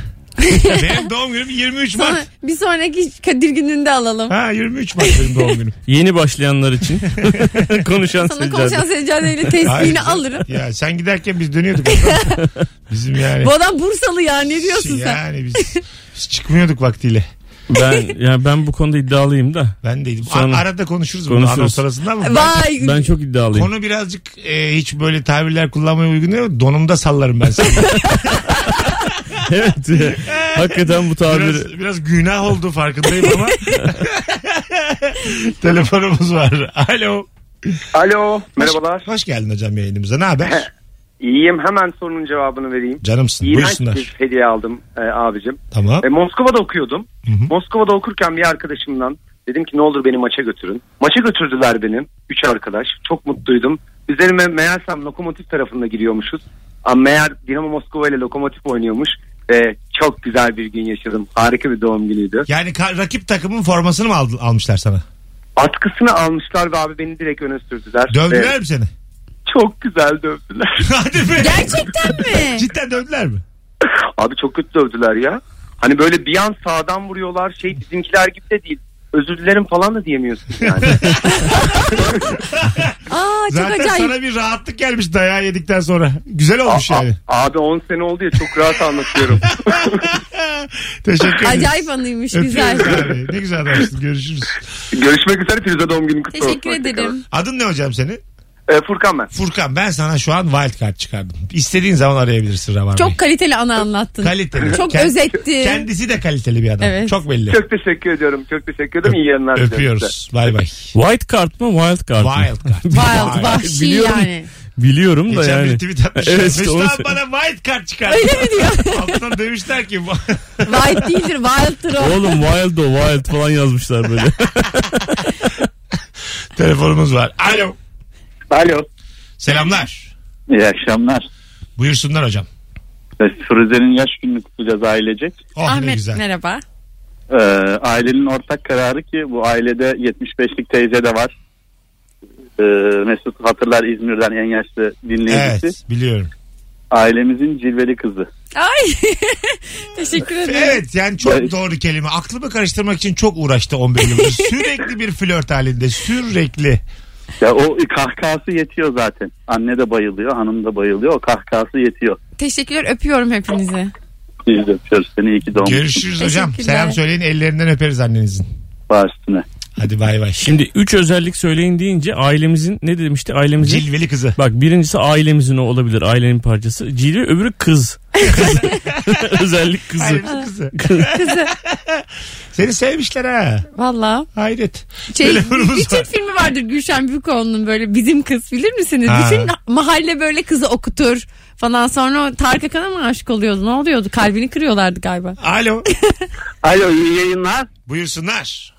[SPEAKER 2] benim doğum günüm 23
[SPEAKER 3] Sonra
[SPEAKER 2] Mart.
[SPEAKER 3] bir sonraki Kadir gününde alalım.
[SPEAKER 2] Ha 23 Mart benim doğum günüm.
[SPEAKER 4] Yeni başlayanlar için konuşan
[SPEAKER 3] Sana
[SPEAKER 4] seccade.
[SPEAKER 3] konuşan seccadeyle
[SPEAKER 2] Hayır.
[SPEAKER 3] tesbihini alırım.
[SPEAKER 2] Ya sen giderken biz dönüyorduk. Bizim yani. şey
[SPEAKER 3] Bu adam Bursalı ya ne diyorsun sen?
[SPEAKER 2] yani biz, biz çıkmıyorduk vaktiyle.
[SPEAKER 4] Ben yani ben bu konuda iddialıyım da.
[SPEAKER 2] Ben deydim. A-
[SPEAKER 4] Sonra-
[SPEAKER 2] arada konuşuruz, bunu
[SPEAKER 4] Konuşuruz.
[SPEAKER 2] anons sırasında ama ben-
[SPEAKER 3] Vay.
[SPEAKER 4] Ben çok iddialıyım.
[SPEAKER 2] konu birazcık e, hiç böyle tabirler kullanmaya uygun değil ama donumda sallarım ben sana.
[SPEAKER 4] evet. Hakikaten bu tabiri.
[SPEAKER 2] biraz, biraz günah oldu farkındayım ama. Telefonumuz var. Alo.
[SPEAKER 8] Alo
[SPEAKER 2] Hoş, hoş geldin hocam yayınımıza. Ne haber?
[SPEAKER 8] İyiyim hemen sorunun cevabını vereyim.
[SPEAKER 2] Canımsın.
[SPEAKER 8] İğrenç bir
[SPEAKER 2] Buyursunlar.
[SPEAKER 8] hediye aldım e, abicim.
[SPEAKER 2] Tamam.
[SPEAKER 8] E, Moskova'da okuyordum.
[SPEAKER 2] hı.
[SPEAKER 8] Moskova'da okurken bir arkadaşımdan dedim ki ne olur beni maça götürün. Maça götürdüler benim. Üç arkadaş. Çok mutluydum. Üzerime meğersem lokomotif tarafında giriyormuşuz. Ama meğer Dinamo Moskova ile lokomotif oynuyormuş. E, çok güzel bir gün yaşadım. Harika bir doğum günüydü.
[SPEAKER 2] Yani ka- rakip takımın formasını mı aldı- almışlar sana?
[SPEAKER 8] Atkısını almışlar ve abi beni direkt öne sürdüler.
[SPEAKER 2] Dövdüler
[SPEAKER 8] Ve
[SPEAKER 2] mi seni?
[SPEAKER 8] Çok güzel dövdüler.
[SPEAKER 2] Hadi be.
[SPEAKER 3] Gerçekten mi?
[SPEAKER 2] Cidden dövdüler mi?
[SPEAKER 8] Abi çok kötü dövdüler ya. Hani böyle bir an sağdan vuruyorlar şey bizimkiler gibi de değil. Özür dilerim falan da diyemiyorsun yani.
[SPEAKER 3] Aa çok
[SPEAKER 2] Zaten
[SPEAKER 3] acayip.
[SPEAKER 2] sana bir rahatlık gelmiş dayağı yedikten sonra. Güzel olmuş
[SPEAKER 8] A- a-
[SPEAKER 2] yani.
[SPEAKER 8] abi 10 sene oldu ya çok rahat anlatıyorum.
[SPEAKER 2] Teşekkür ederim.
[SPEAKER 3] Acayip anıymış
[SPEAKER 2] Öpüyoruz
[SPEAKER 3] güzel.
[SPEAKER 2] abi. Ne güzel adamsın. Görüşürüz.
[SPEAKER 8] Görüşmek üzere Firuze doğum günün kutlu olsun.
[SPEAKER 3] Teşekkür ederim.
[SPEAKER 2] Adın ne hocam senin?
[SPEAKER 8] Hoşçakalın. Ee, Furkan ben.
[SPEAKER 2] Furkan ben sana şu an wildcard çıkardım. İstediğin zaman arayabilirsin Ravan
[SPEAKER 3] Çok kaliteli anı anlattın.
[SPEAKER 2] kaliteli.
[SPEAKER 3] Çok
[SPEAKER 2] Kend-
[SPEAKER 3] özetti.
[SPEAKER 2] Kendisi de kaliteli bir adam.
[SPEAKER 3] Evet.
[SPEAKER 2] Çok belli.
[SPEAKER 8] Çok teşekkür ediyorum. Çok teşekkür ederim. İyi yayınlar diliyorum size.
[SPEAKER 2] Öpüyoruz. Bay bay.
[SPEAKER 4] White card mı wild card mı?
[SPEAKER 2] Wildcard.
[SPEAKER 3] Wild, vahşi
[SPEAKER 4] Biliyorum.
[SPEAKER 3] yani.
[SPEAKER 4] Biliyorum da
[SPEAKER 2] Geçen
[SPEAKER 4] yani.
[SPEAKER 2] bir tweet atmış.
[SPEAKER 4] Evet,
[SPEAKER 2] Evet,
[SPEAKER 4] işte onu
[SPEAKER 2] Mesut abi
[SPEAKER 4] sö-
[SPEAKER 2] bana wildcard çıkardı. Öyle mi diyor? Altından demişler ki.
[SPEAKER 3] Wild değildir, wild'dır o.
[SPEAKER 4] Oğlum wild o wild falan yazmışlar böyle.
[SPEAKER 2] Telefonumuz var. Alo.
[SPEAKER 9] Alo.
[SPEAKER 2] Selamlar.
[SPEAKER 9] İyi akşamlar.
[SPEAKER 2] Buyursunlar hocam.
[SPEAKER 9] Firuze'nin yaş gününü kutlayacağız ailecek.
[SPEAKER 2] Oh ne
[SPEAKER 3] Ahmet
[SPEAKER 2] güzel.
[SPEAKER 3] merhaba.
[SPEAKER 9] Ee, ailenin ortak kararı ki bu ailede 75'lik teyze de var. Ee, Mesut hatırlar İzmir'den en yaşlı dinleyicisi.
[SPEAKER 2] Evet biliyorum.
[SPEAKER 9] Ailemizin cilveli kızı.
[SPEAKER 3] Ay teşekkür ederim.
[SPEAKER 2] Evet yani çok
[SPEAKER 9] Evet.
[SPEAKER 2] doğru kelime. Aklımı karıştırmak için çok uğraştı 11 yıldır. Sürekli bir flört halinde. Sürekli.
[SPEAKER 9] Ya o kahkası yetiyor zaten. Anne de bayılıyor, hanım da bayılıyor. O kahkası yetiyor.
[SPEAKER 3] Teşekkürler öpüyorum hepinizi.
[SPEAKER 9] Biz de öpüyoruz seni iyi ki doğmuş.
[SPEAKER 2] Görüşürüz hocam.
[SPEAKER 3] Teşekkürler.
[SPEAKER 2] Selam söyleyin ellerinden öperiz annenizin.
[SPEAKER 9] Var üstüne.
[SPEAKER 2] Hadi bay bay. Şimdi
[SPEAKER 4] Şimdi üç özellik söyleyin deyince ailemizin ne demişti? Ailemizin
[SPEAKER 2] cilveli kızı.
[SPEAKER 4] Bak birincisi ailemizin o olabilir. Ailenin parçası. Cilve öbürü kız. Kız. Özellik kızı.
[SPEAKER 2] Ailemizin kızı. Seni sevmişler ha.
[SPEAKER 3] Valla.
[SPEAKER 2] Hayret.
[SPEAKER 3] Şey,
[SPEAKER 2] Telefonumuz
[SPEAKER 3] bir
[SPEAKER 2] var.
[SPEAKER 3] Türk filmi vardır Gülşen Büyükoğlu'nun böyle bizim kız bilir misiniz?
[SPEAKER 2] Ha.
[SPEAKER 3] Bütün mahalle böyle kızı okutur falan sonra Tarık Akan'a mı aşık oluyordu ne oluyordu kalbini kırıyorlardı galiba.
[SPEAKER 2] Alo.
[SPEAKER 8] Alo iyi yayınlar.
[SPEAKER 2] Buyursunlar.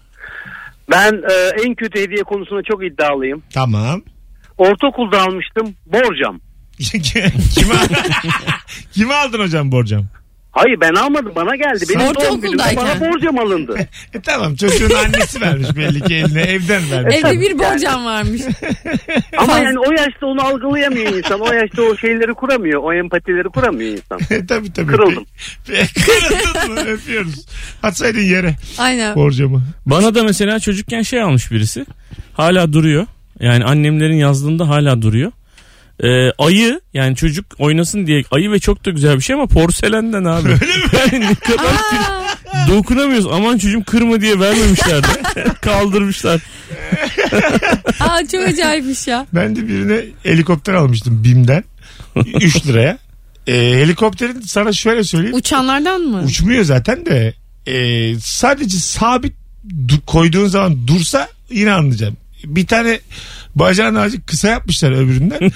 [SPEAKER 8] Ben e, en kötü hediye konusunda çok iddialıyım.
[SPEAKER 2] Tamam.
[SPEAKER 8] Ortaokulda almıştım borcam.
[SPEAKER 2] Kime, kime aldın hocam borcam?
[SPEAKER 8] Hayır ben almadım bana geldi.
[SPEAKER 2] Benim
[SPEAKER 3] doğum Ortaokuldayken. günümde bana
[SPEAKER 8] borcam alındı.
[SPEAKER 2] E tamam çocuğun annesi vermiş belli ki eline evden vermiş.
[SPEAKER 3] Evde bir borcam varmış.
[SPEAKER 8] Ama
[SPEAKER 3] Fazla-
[SPEAKER 8] yani o yaşta onu algılayamıyor insan. O yaşta o şeyleri kuramıyor. O empatileri kuramıyor insan.
[SPEAKER 2] E, tabii tabii.
[SPEAKER 8] Kırıldım.
[SPEAKER 2] Pe- Kırıldın mı? Öpüyoruz. Atsaydın yere
[SPEAKER 3] Aynen.
[SPEAKER 2] borcamı.
[SPEAKER 4] Bana da mesela çocukken şey almış birisi. Hala duruyor. Yani annemlerin yazdığında hala duruyor. Ee, ayı yani çocuk oynasın diye ayı ve çok da güzel bir şey ama porselenden abi. Yani ne kadar dokunamıyoruz. Aman çocuğum kırma diye vermemişler de. Kaldırmışlar.
[SPEAKER 3] Aa çok acayipmiş ya.
[SPEAKER 2] Ben de birine helikopter almıştım BİM'den. 3 liraya. E, helikopterin sana şöyle söyleyeyim.
[SPEAKER 3] Uçanlardan mı?
[SPEAKER 2] Uçmuyor zaten de e, sadece sabit du- koyduğun zaman dursa yine anlayacağım. Bir tane Bacağını azıcık kısa yapmışlar öbüründen.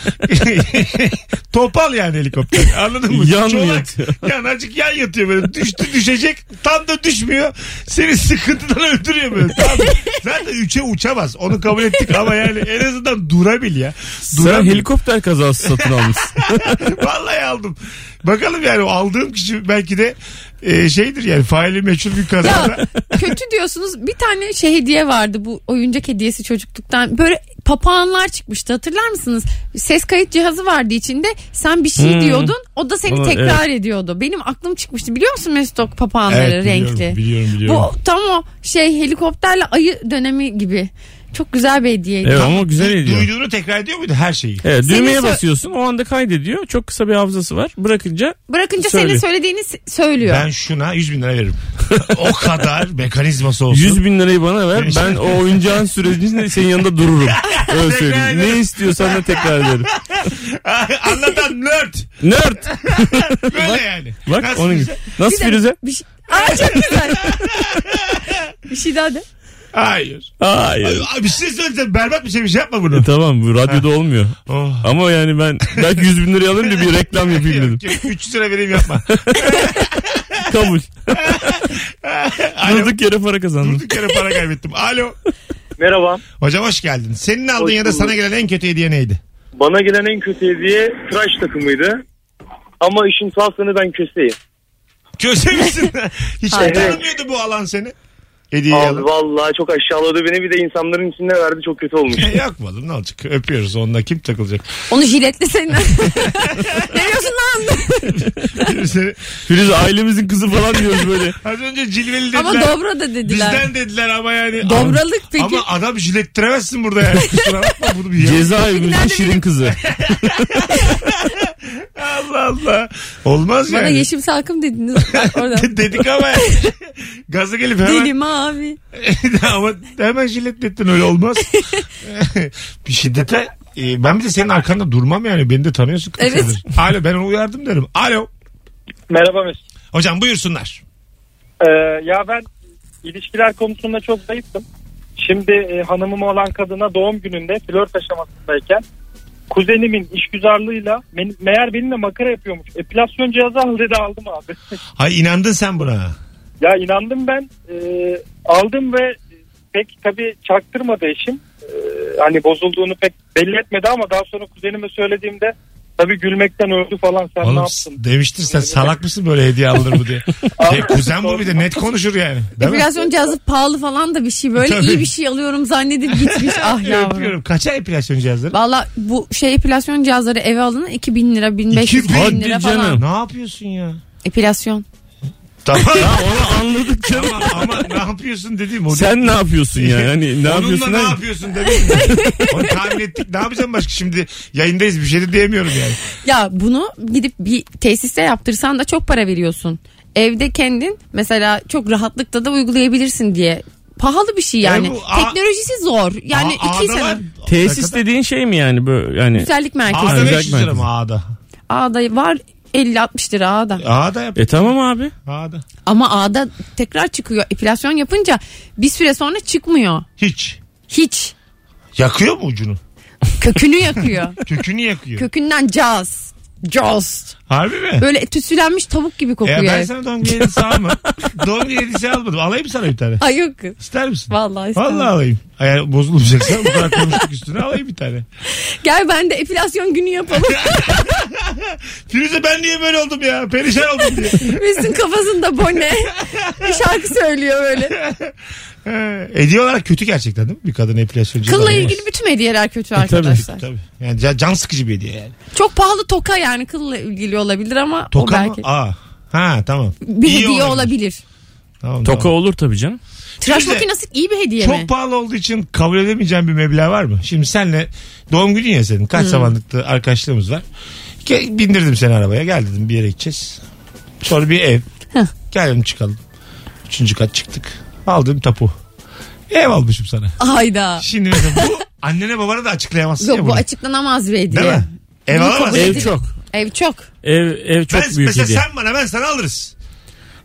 [SPEAKER 2] Topal yani helikopter. Anladın mı?
[SPEAKER 4] Yan
[SPEAKER 2] Çolak.
[SPEAKER 4] yatıyor.
[SPEAKER 2] Yani azıcık yan yatıyor böyle. Düştü düşecek. Tam da düşmüyor. Seni sıkıntıdan öldürüyor böyle. Tam, zaten üçe uçamaz. Onu kabul ettik ama yani en azından durabil ya.
[SPEAKER 4] Sen
[SPEAKER 2] Durabil.
[SPEAKER 4] helikopter kazası satın almışsın.
[SPEAKER 2] Vallahi aldım. Bakalım yani o aldığım kişi belki de e, şeydir yani faili meçhul bir kazada.
[SPEAKER 3] Ya kötü diyorsunuz. Bir tane şey hediye vardı bu oyuncak hediyesi çocukluktan. Böyle papağanlar çıkmıştı hatırlar mısınız? Ses kayıt cihazı vardı içinde. Sen bir şey
[SPEAKER 4] Hmm.
[SPEAKER 3] diyordun o da seni
[SPEAKER 4] Aa,
[SPEAKER 3] tekrar ediyordu. Benim aklım çıkmıştı biliyor musun Mesut o papağanları
[SPEAKER 2] biliyorum,
[SPEAKER 3] renkli?
[SPEAKER 2] Biliyorum biliyorum.
[SPEAKER 3] Bu tam o şey helikopterle ayı dönemi gibi. Çok güzel bir hediyeydi.
[SPEAKER 4] Evet ama güzel ediyor.
[SPEAKER 2] Duyduğunu tekrar ediyor muydu her şeyi?
[SPEAKER 4] Evet,
[SPEAKER 3] Seni
[SPEAKER 4] düğmeye
[SPEAKER 3] sö-
[SPEAKER 4] basıyorsun o anda kaydediyor. Çok kısa bir hafızası var. Bırakınca
[SPEAKER 3] Bırakınca
[SPEAKER 4] Söyle.
[SPEAKER 3] senin söylediğini s- söylüyor.
[SPEAKER 2] Ben şuna 100 bin lira veririm. o kadar mekanizması olsun.
[SPEAKER 4] 100 bin lirayı bana ver. Ben o oyuncağın sürecinde senin yanında dururum. Öyle söyleyeyim.
[SPEAKER 2] ederim.
[SPEAKER 4] Ne istiyorsan da tekrar ederim.
[SPEAKER 2] Anlatan nerd.
[SPEAKER 4] Nerd.
[SPEAKER 2] Böyle yani.
[SPEAKER 4] Bak
[SPEAKER 2] Nasıl şey?
[SPEAKER 4] onun gibi.
[SPEAKER 2] güzel?
[SPEAKER 4] Nasıl
[SPEAKER 3] de-
[SPEAKER 4] Firuze?
[SPEAKER 3] Bir şey... Aa çok güzel. bir şey daha de.
[SPEAKER 2] Hayır.
[SPEAKER 4] Hayır.
[SPEAKER 2] Abi bir şey söyleyeceğim. Berbat bir şey bir şey yapma bunu.
[SPEAKER 4] E, tamam bu radyoda olmuyor.
[SPEAKER 2] Oh.
[SPEAKER 4] Ama yani ben belki 100 bin liraya alınca bir reklam yapayım dedim.
[SPEAKER 2] Yok, yok, 300 lira vereyim yapma.
[SPEAKER 4] Kabul.
[SPEAKER 2] Alo.
[SPEAKER 4] Durduk yere para kazandım.
[SPEAKER 2] Durduk yere para kaybettim. Alo.
[SPEAKER 5] Merhaba.
[SPEAKER 2] Hocam hoş geldin. Senin aldığın
[SPEAKER 5] Hoş
[SPEAKER 2] ya da
[SPEAKER 5] bulduk.
[SPEAKER 2] sana gelen en kötü hediye neydi?
[SPEAKER 5] Bana gelen en kötü hediye tıraş takımıydı. Ama işin saflığını ben köseyim.
[SPEAKER 2] Köse misin? Hiç
[SPEAKER 3] Hayır.
[SPEAKER 2] tanımıyordu bu alan seni. Hediye
[SPEAKER 5] Abi
[SPEAKER 2] alan.
[SPEAKER 5] vallahi çok aşağıladı beni bir de insanların içinde verdi çok kötü olmuş.
[SPEAKER 2] Yok mu oğlum ne olacak? Öpüyoruz onunla kim takılacak?
[SPEAKER 3] Onu jiletle senin. ne diyorsun lan?
[SPEAKER 2] Seni-
[SPEAKER 4] Firuze ailemizin kızı falan diyoruz böyle.
[SPEAKER 2] Az önce cilveli dediler.
[SPEAKER 3] Ama dobra da dediler.
[SPEAKER 2] Bizden dediler ama yani.
[SPEAKER 3] Dobralık peki.
[SPEAKER 2] Ama adam jilettiremezsin burada yani. Kusura bakma bunu bir yap.
[SPEAKER 4] Cezaevimizin şirin kızı.
[SPEAKER 2] Allah Allah. Olmaz
[SPEAKER 3] Bana
[SPEAKER 2] yani.
[SPEAKER 3] yeşim salkım dediniz. Bak Orada.
[SPEAKER 2] Dedik ama yani. Gaza gelip
[SPEAKER 3] Deli
[SPEAKER 2] hemen.
[SPEAKER 3] mavi.
[SPEAKER 2] ama hemen jiletlettin öyle olmaz. bir şiddete e, ben bir de senin arkanda durmam yani. Beni de tanıyorsun. kırk
[SPEAKER 3] Evet.
[SPEAKER 2] yıldır. Alo ben onu uyardım derim. Alo.
[SPEAKER 5] Merhaba Mesut.
[SPEAKER 2] Hocam buyursunlar.
[SPEAKER 5] Ee, ya ben ilişkiler konusunda çok zayıftım. Şimdi e, hanımım olan kadına doğum gününde flört aşamasındayken kuzenimin işgüzarlığıyla men- meğer benimle makara yapıyormuş. Epilasyon cihazı al dedi aldım abi.
[SPEAKER 2] Ay inandın sen buna.
[SPEAKER 5] ya inandım ben. E, aldım ve pek tabii çaktırmadı eşim. E, hani bozulduğunu pek belli etmedi ama daha sonra kuzenime söylediğimde tabii gülmekten öldü falan sen ne
[SPEAKER 2] Oğlum
[SPEAKER 5] yaptın?
[SPEAKER 2] demiştir sen salak mısın böyle hediye alınır mı diye. Şey, kuzen bu bir de net konuşur yani.
[SPEAKER 3] E,
[SPEAKER 2] Değil mi?
[SPEAKER 3] Epilasyon cihazı pahalı falan da bir şey. Böyle
[SPEAKER 2] Tabii.
[SPEAKER 3] iyi bir şey alıyorum zannedip gitmiş. ah yavrum.
[SPEAKER 2] Öpüyorum. Kaça epilasyon cihazları?
[SPEAKER 3] Valla bu şey epilasyon cihazları eve alınan 2000 lira 1500
[SPEAKER 2] 2000
[SPEAKER 3] bin lira
[SPEAKER 4] Hadi
[SPEAKER 3] falan.
[SPEAKER 4] canım.
[SPEAKER 2] Ne yapıyorsun ya?
[SPEAKER 3] Epilasyon.
[SPEAKER 2] Tamam.
[SPEAKER 4] Onu anladık canım.
[SPEAKER 2] ama, ama ne yapıyorsun dediğim o.
[SPEAKER 4] Sen ne yapıyorsun yani? Hani ne
[SPEAKER 2] Onunla
[SPEAKER 4] yapıyorsun?
[SPEAKER 2] ne
[SPEAKER 4] hani?
[SPEAKER 2] yapıyorsun dedim. Onu tahmin ettik. Ne yapacağım başka şimdi? Yayındayız bir şey de diyemiyorum yani.
[SPEAKER 3] Ya bunu gidip bir tesiste yaptırsan da çok para veriyorsun. Evde kendin mesela çok rahatlıkla da uygulayabilirsin diye. Pahalı bir şey yani.
[SPEAKER 2] Yani E bu a-
[SPEAKER 3] Teknolojisi zor. Yani
[SPEAKER 2] A-
[SPEAKER 3] iki
[SPEAKER 2] ağda var.
[SPEAKER 3] sene.
[SPEAKER 4] Tesis dediğin şey mi yani böyle yani?
[SPEAKER 3] Güzellik merkezi.
[SPEAKER 2] Ağda
[SPEAKER 4] Güzel
[SPEAKER 2] 500 lira mı
[SPEAKER 4] merkezi.
[SPEAKER 2] ağda?
[SPEAKER 3] Ağda var 50-60 lira ağda.
[SPEAKER 2] Ağda yap.
[SPEAKER 4] E tamam abi.
[SPEAKER 2] Ağda.
[SPEAKER 3] Ama ağda tekrar çıkıyor. Epilasyon yapınca bir süre sonra çıkmıyor.
[SPEAKER 2] Hiç.
[SPEAKER 3] Hiç.
[SPEAKER 2] Yakıyor mu ucunu?
[SPEAKER 3] Kökünü yakıyor.
[SPEAKER 2] Kökünü yakıyor.
[SPEAKER 3] Kökünden caz. Caz.
[SPEAKER 2] Harbi mi?
[SPEAKER 3] Böyle tüsülenmiş tavuk gibi
[SPEAKER 2] Ya
[SPEAKER 3] kokuyor.
[SPEAKER 2] E ben sana doğum günü hediyesi alma. doğum günü hediyesi almadım. Alayım sana bir tane.
[SPEAKER 3] Ay yok.
[SPEAKER 2] İster misin?
[SPEAKER 3] Vallahi istemem.
[SPEAKER 2] Vallahi alayım. Eğer bozulmayacaksa bu kadar konuştuk üstüne alayım bir tane.
[SPEAKER 3] Gel ben de epilasyon günü yapalım.
[SPEAKER 2] Firuze ben niye böyle oldum ya? Perişan oldum diye.
[SPEAKER 3] Mesut'un kafasında bone. Bir şarkı söylüyor böyle.
[SPEAKER 2] He, Hediye olarak kötü gerçekten değil mi? Bir kadın epilasyon cihazı
[SPEAKER 3] Kılla
[SPEAKER 2] alınmaz.
[SPEAKER 3] ilgili bütün hediyeler kötü
[SPEAKER 4] tabii.
[SPEAKER 3] arkadaşlar.
[SPEAKER 2] E, Tabii. Yani can, can sıkıcı bir hediye yani.
[SPEAKER 3] Çok pahalı toka yani kılla ilgili olabilir ama
[SPEAKER 2] Toka
[SPEAKER 3] o
[SPEAKER 2] mı?
[SPEAKER 3] belki.
[SPEAKER 2] Aa. Ha tamam.
[SPEAKER 3] Bir
[SPEAKER 2] İyi
[SPEAKER 3] hediye olabilir.
[SPEAKER 2] Tamam,
[SPEAKER 4] Toka
[SPEAKER 2] tamam.
[SPEAKER 4] olur tabii canım.
[SPEAKER 3] Tıraş
[SPEAKER 2] Şimdi-
[SPEAKER 3] makinesi iyi bir hediye mi?
[SPEAKER 2] Çok pahalı olduğu için kabul edemeyeceğim bir meblağ var mı? Şimdi senle doğum günün ya senin.
[SPEAKER 3] Hmm.
[SPEAKER 2] Kaç zamanlık da arkadaşlığımız var. Ge- bindirdim seni arabaya. Gel dedim bir yere gideceğiz. Sonra bir ev.
[SPEAKER 3] Heh.
[SPEAKER 2] Gel dedim çıkalım. Üçüncü kat çıktık. Aldım tapu. Ev almışım sana.
[SPEAKER 3] Hayda.
[SPEAKER 2] Şimdi mesela bu annene babana da açıklayamazsın
[SPEAKER 3] Yok
[SPEAKER 2] ya
[SPEAKER 3] bu
[SPEAKER 2] bunu.
[SPEAKER 3] açıklanamaz bir hediye.
[SPEAKER 2] Değil mi? Ev
[SPEAKER 3] Bunu
[SPEAKER 2] alamazsın.
[SPEAKER 3] kabul
[SPEAKER 4] Ev
[SPEAKER 3] Dedi.
[SPEAKER 4] çok.
[SPEAKER 3] Ev çok.
[SPEAKER 4] Ev ev çok
[SPEAKER 2] ben,
[SPEAKER 4] büyük
[SPEAKER 2] mesela
[SPEAKER 4] hediye.
[SPEAKER 2] sen bana ben sana alırız.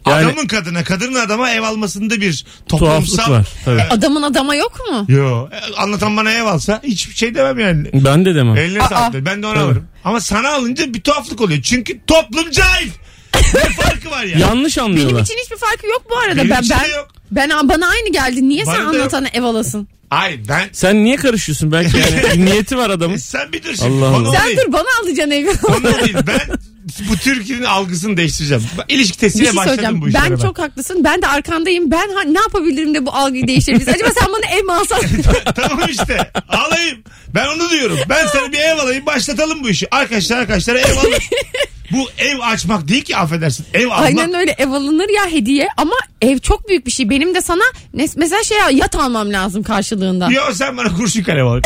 [SPEAKER 4] Yani-
[SPEAKER 2] Adamın kadına, kadının adama ev almasında bir
[SPEAKER 4] Tuhaflık
[SPEAKER 2] toplumsal... E,
[SPEAKER 4] var. Tabii.
[SPEAKER 3] Adamın adama yok mu?
[SPEAKER 2] Yo. e, Anlatan bana ev alsa hiçbir şey demem yani.
[SPEAKER 4] Ben de demem.
[SPEAKER 2] Eline sağlık. Ben de ona
[SPEAKER 4] Tabii.
[SPEAKER 2] alırım. Ama sana alınca bir tuhaflık oluyor. Çünkü toplum cahil. ne farkı var yani?
[SPEAKER 4] Yanlış anlıyorlar.
[SPEAKER 3] Benim için hiçbir farkı yok bu arada.
[SPEAKER 2] Benim
[SPEAKER 3] ben
[SPEAKER 2] için de
[SPEAKER 3] ben,
[SPEAKER 2] yok.
[SPEAKER 3] ben bana aynı geldi. Niye sen
[SPEAKER 2] Bana da yok.
[SPEAKER 3] anlatana ev alasın?
[SPEAKER 2] Hayır ben...
[SPEAKER 4] Sen niye karışıyorsun? Belki yani bir niyeti var adamın.
[SPEAKER 2] E, sen bir dur şimdi.
[SPEAKER 4] Allah
[SPEAKER 2] Konu
[SPEAKER 4] Allah.
[SPEAKER 2] o
[SPEAKER 3] Sen
[SPEAKER 2] değil.
[SPEAKER 3] dur bana alacaksın evi.
[SPEAKER 2] Konu o değil. Ben bu Türkiye'nin algısını değiştireceğim. Ben İlişki
[SPEAKER 3] Bir
[SPEAKER 2] testiyle
[SPEAKER 3] şey
[SPEAKER 2] başladım
[SPEAKER 3] söyleyeceğim.
[SPEAKER 2] bu işlere
[SPEAKER 3] Ben çok haklısın. Ben de arkandayım. Ben ha- ne yapabilirim de bu algıyı değiştirebiliriz? Acaba sen bana ev mi alsan?
[SPEAKER 2] tamam işte. Alayım. Ben onu diyorum. Ben sana bir ev alayım. Başlatalım bu işi. Arkadaşlar arkadaşlar ev alın. bu ev açmak değil ki affedersin. Ev almak.
[SPEAKER 3] Aynen öyle ev alınır ya hediye ama ev çok büyük bir şey. Benim de sana ne- mesela şey al- yat almam lazım karşılığında.
[SPEAKER 2] Yo sen bana kurşun kalem al.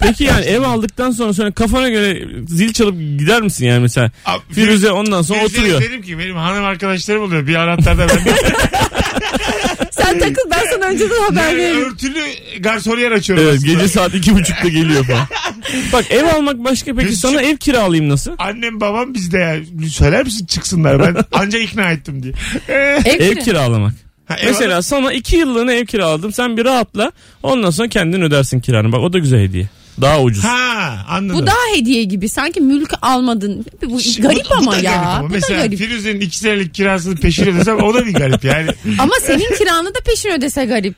[SPEAKER 4] Peki yani ev aldıktan sonra sonra kafana göre zil çalıp gider misin yani mesela?
[SPEAKER 2] Abi,
[SPEAKER 4] Firuze ondan sonra
[SPEAKER 2] Firuze'ye şey
[SPEAKER 4] oturuyor.
[SPEAKER 2] Derim ki benim hanım arkadaşlarım oluyor. Bir anahtar da bende.
[SPEAKER 3] Sen takıl ben sana önceden haber
[SPEAKER 2] Yani
[SPEAKER 3] veririm.
[SPEAKER 2] örtülü garsoniyer açıyorum.
[SPEAKER 4] Evet
[SPEAKER 2] aslında.
[SPEAKER 4] gece saat iki buçukta geliyor falan. Bak ev almak başka peki
[SPEAKER 2] Biz
[SPEAKER 4] sana ev kiralayayım nasıl?
[SPEAKER 2] Annem babam bizde ya. Söyler misin çıksınlar ben anca ikna ettim diye. Eh,
[SPEAKER 3] Ev,
[SPEAKER 4] Ev
[SPEAKER 3] kira-
[SPEAKER 4] kiralamak.
[SPEAKER 2] Ha, ev
[SPEAKER 4] Mesela sana iki yıllığına ev kiraladım sen bir rahatla ondan sonra kendin ödersin kiranı. Bak o da güzel hediye. Daha ucuz.
[SPEAKER 2] Ha anladım.
[SPEAKER 3] Bu daha hediye gibi. Sanki mülk almadın. Bu
[SPEAKER 2] Şi-
[SPEAKER 3] garip
[SPEAKER 2] bu da
[SPEAKER 3] ama ya.
[SPEAKER 2] garip ama.
[SPEAKER 3] Bu
[SPEAKER 2] Mesela
[SPEAKER 3] da garip.
[SPEAKER 2] Firuze'nin iki senelik kirasını peşin ödesem o da bir garip yani.
[SPEAKER 3] Ama senin kiranı da peşin ödese garip.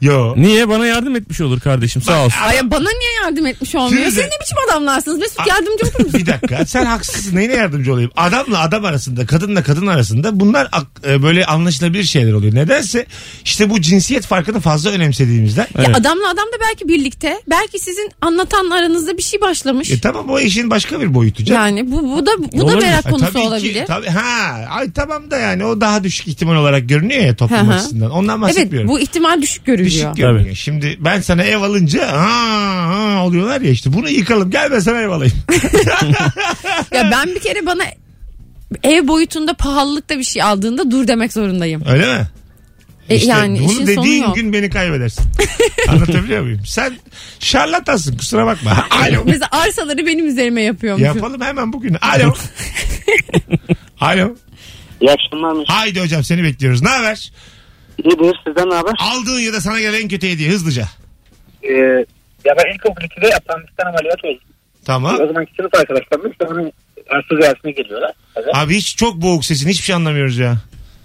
[SPEAKER 2] Yo.
[SPEAKER 4] Niye bana yardım etmiş olur kardeşim sağ olsun.
[SPEAKER 3] Ay bana niye yardım etmiş olmuyor?
[SPEAKER 2] Firuze-
[SPEAKER 3] Siz ne biçim adamlarsınız? Mesut yardımcı olur musun?
[SPEAKER 2] Bir dakika sen haksızsın neyine yardımcı olayım adamla adam arasında kadınla kadın arasında bunlar ak- e, böyle anlaşılabilir şeyler oluyor nedense işte bu cinsiyet farkını fazla önemsediğimizden
[SPEAKER 3] Ya
[SPEAKER 4] Evet.
[SPEAKER 3] adamla adam da belki birlikte. Belki sizin anlatan aranızda bir şey başlamış.
[SPEAKER 2] e tamam o işin başka bir boyutu canım.
[SPEAKER 3] yani bu bu da bu da
[SPEAKER 4] Olabilir.
[SPEAKER 3] merak
[SPEAKER 2] Ha,
[SPEAKER 3] konusu
[SPEAKER 2] tabii ki,
[SPEAKER 3] olabilir.
[SPEAKER 2] tabii, ha, ay tamam da yani o daha düşük ihtimal olarak görünüyor ya toplum
[SPEAKER 3] Hı hı.
[SPEAKER 2] açısından. Ondan
[SPEAKER 3] evet
[SPEAKER 2] bahsetmiyorum.
[SPEAKER 3] bu ihtimal düşük görülüyor.
[SPEAKER 2] Düşük görünüyor. Şimdi ben sana ev alınca ha, ha oluyorlar ya işte bunu yıkalım gel ben sana ev alayım.
[SPEAKER 3] Ya ben bir kere bana ev boyutunda pahalılıkta bir şey aldığında dur demek zorundayım.
[SPEAKER 2] Öyle mi?
[SPEAKER 3] E,
[SPEAKER 2] İşte
[SPEAKER 3] yani
[SPEAKER 2] bunu
[SPEAKER 3] işin sonu
[SPEAKER 2] dediğin
[SPEAKER 3] yok.
[SPEAKER 2] gün beni kaybedersin. Anlatabiliyor muyum? Sen şarlatansın kusura bakma. Alo.
[SPEAKER 3] Mesela arsaları benim üzerime yapıyormuşum.
[SPEAKER 2] Yapalım hemen bugün. Alo. Alo.
[SPEAKER 7] İyi akşamlar Mesut.
[SPEAKER 2] Haydi hocam seni bekliyoruz. Ne haber?
[SPEAKER 7] İyidir sizden ne haber?
[SPEAKER 2] Aldığın ya da sana gelen en kötü hediye hızlıca.
[SPEAKER 5] Ee, ya ben ilkokul 2'de apandisten ameliyat oldum.
[SPEAKER 2] Tamam.
[SPEAKER 5] O zamanki sınıf arkadaşlarım işte onun arsa ziyaretine geliyorlar. Evet.
[SPEAKER 2] Abi hiç çok boğuk sesin hiçbir şey anlamıyoruz ya.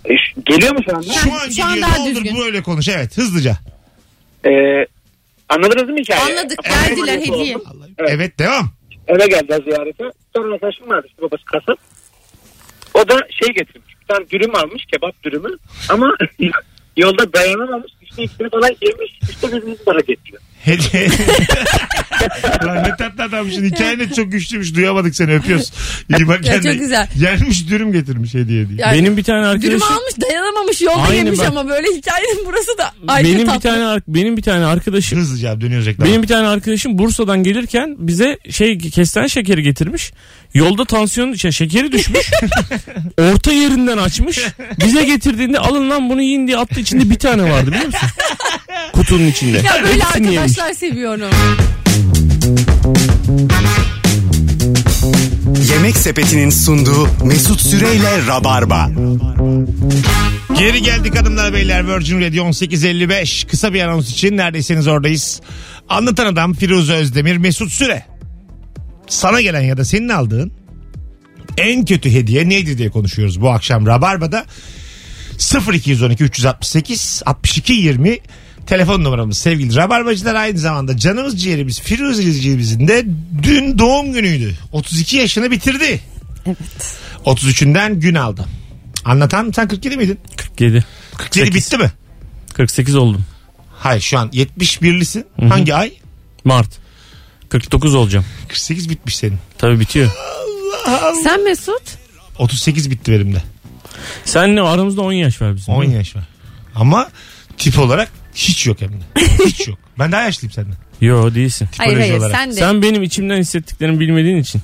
[SPEAKER 5] E, şu- geliyor mu şu anda?
[SPEAKER 2] Şu an
[SPEAKER 3] şu an
[SPEAKER 2] gidiyor.
[SPEAKER 3] daha
[SPEAKER 2] Ne olur
[SPEAKER 3] düzgün.
[SPEAKER 2] bu öyle konuş. Evet hızlıca.
[SPEAKER 5] Ee, anladınız mı hikayeyi?
[SPEAKER 3] Anladık verdiler
[SPEAKER 5] Evet.
[SPEAKER 3] hediye.
[SPEAKER 2] Evet, devam.
[SPEAKER 5] Eve geldiler ziyarete. Sonra arkadaşım vardı işte babası kasap. O da şey getirmiş. Bir tane dürüm almış kebap dürümü. Ama yolda dayanamamış. İşte ikisini falan yemiş. İşte bizim para getiriyor.
[SPEAKER 2] Hediye. Lan ne tatlı adammışsın. Hikayen de çok güçlüymüş. Duyamadık seni öpüyoruz. İyi bak
[SPEAKER 3] Ya,
[SPEAKER 2] kendine.
[SPEAKER 3] çok güzel.
[SPEAKER 2] Gelmiş dürüm getirmiş hediye diye.
[SPEAKER 3] Yani
[SPEAKER 4] Benim bir tane
[SPEAKER 3] dürüm
[SPEAKER 4] arkadaşım
[SPEAKER 3] almış dayanamamış yolda
[SPEAKER 4] Aynı
[SPEAKER 3] yemiş
[SPEAKER 4] bak.
[SPEAKER 3] ama böyle hikayenin burası da ayrı
[SPEAKER 4] benim bir
[SPEAKER 3] tatlı.
[SPEAKER 4] tane ar- benim bir tane arkadaşım
[SPEAKER 2] Hızlıca abi, dönüyoruz reklama.
[SPEAKER 4] Benim bir tane arkadaşım Bursa'dan gelirken bize şey kesten şekeri getirmiş. Yolda tansiyon şey, şekeri düşmüş. orta yerinden açmış. Bize getirdiğinde alın lan bunu yiyin diye attı. içinde bir tane vardı biliyor musun? Kutunun içinde.
[SPEAKER 3] Ya böyle
[SPEAKER 4] Hepsini yemiş.
[SPEAKER 3] arkadaşlar seviyorum.
[SPEAKER 1] Yemek Sepeti'nin sunduğu Mesut Süreyle Rabarba.
[SPEAKER 2] Geri geldik hanımlar beyler Virgin Radio 1855 kısa bir anons için neredeyseniz oradayız. Anlatan adam Firuze Özdemir Mesut Süre. Sana gelen ya da senin aldığın en kötü hediye neydi diye konuşuyoruz bu akşam Rabarba'da. 0212 368 62 20 telefon numaramız sevgili Rabarbacılar aynı zamanda canımız ciğerimiz Firuzeciğimizin de dün doğum günüydü. 32 yaşını bitirdi.
[SPEAKER 3] Evet.
[SPEAKER 2] 33'ünden gün aldı. Anlatan sen 47 miydin?
[SPEAKER 4] 47.
[SPEAKER 2] 47 bitti mi?
[SPEAKER 4] 48 oldum.
[SPEAKER 2] Hayır şu an 71'lisin. Hangi ay?
[SPEAKER 4] Mart. 49 olacağım.
[SPEAKER 2] 48 bitmiş senin.
[SPEAKER 4] Tabii bitiyor.
[SPEAKER 3] Sen Mesut
[SPEAKER 2] 38 bitti benim de.
[SPEAKER 4] Senle aramızda 10 yaş var bizim.
[SPEAKER 2] 10 yaş var. Ama tip olarak hiç yok hem de. Hiç yok. Ben daha yaşlıyım senden.
[SPEAKER 4] Yo değilsin.
[SPEAKER 3] hayır
[SPEAKER 2] Tipoloji
[SPEAKER 3] hayır
[SPEAKER 2] olarak.
[SPEAKER 3] sen de.
[SPEAKER 4] Sen benim içimden hissettiklerimi bilmediğin için.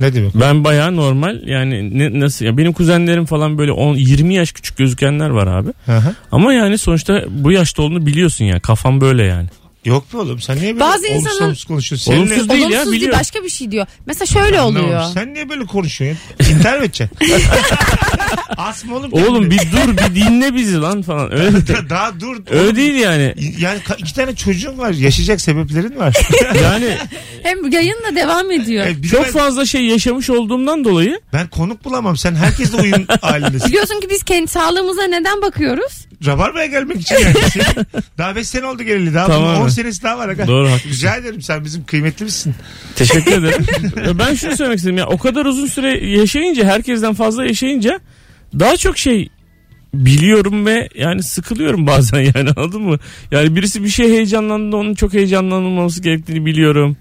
[SPEAKER 2] Ne demek?
[SPEAKER 4] Ben bayağı normal yani ne, nasıl ya benim kuzenlerim falan böyle 10 20 yaş küçük gözükenler var abi.
[SPEAKER 2] Hı hı.
[SPEAKER 4] Ama yani sonuçta bu yaşta olduğunu biliyorsun ya. Kafam böyle yani.
[SPEAKER 2] Yok be oğlum sen niye böyle
[SPEAKER 3] Bazı
[SPEAKER 2] olumsuz
[SPEAKER 3] insanın-
[SPEAKER 2] olumsuz konuşuyorsun? Seninle-
[SPEAKER 4] Olumsuz değil
[SPEAKER 3] Olumsuz
[SPEAKER 4] ya,
[SPEAKER 3] değil,
[SPEAKER 4] biliyorum.
[SPEAKER 3] başka bir şey diyor. Mesela şöyle
[SPEAKER 2] Anlamam.
[SPEAKER 3] oluyor.
[SPEAKER 2] Sen niye böyle konuşuyorsun? ya? İntihar mı edeceksin? Asma oğlum. kendini.
[SPEAKER 4] Oğlum bir dur bir dinle bizi lan falan. Öyle,
[SPEAKER 2] Daha dur.
[SPEAKER 4] öyle değil yani.
[SPEAKER 2] Yani ka- iki tane çocuğun var. Yaşayacak sebeplerin var.
[SPEAKER 4] Yani
[SPEAKER 3] Hem yayınla devam ediyor.
[SPEAKER 2] E, bir de
[SPEAKER 4] çok
[SPEAKER 2] ben,
[SPEAKER 4] fazla şey yaşamış olduğumdan dolayı
[SPEAKER 2] ben konuk bulamam. Sen herkesle uyum halindesin.
[SPEAKER 3] Biliyorsun ki biz kendi sağlığımıza neden bakıyoruz?
[SPEAKER 2] Rabarbaya gelmek için gelmişsin. daha 5 sene oldu geleli. Daha
[SPEAKER 4] Tamam.
[SPEAKER 2] bunun 10 senesi daha var. Aga.
[SPEAKER 4] Doğru, haklısın.
[SPEAKER 2] Rica ederim sen bizim kıymetlimizsin.
[SPEAKER 4] teşekkür ederim. ben şunu söylemek istedim ya o kadar uzun süre yaşayınca herkesten fazla yaşayınca daha çok şey biliyorum ve yani sıkılıyorum bazen yani anladın mı? Yani birisi bir şey heyecanlandığında onun çok heyecanlanılmaması gerektiğini biliyorum.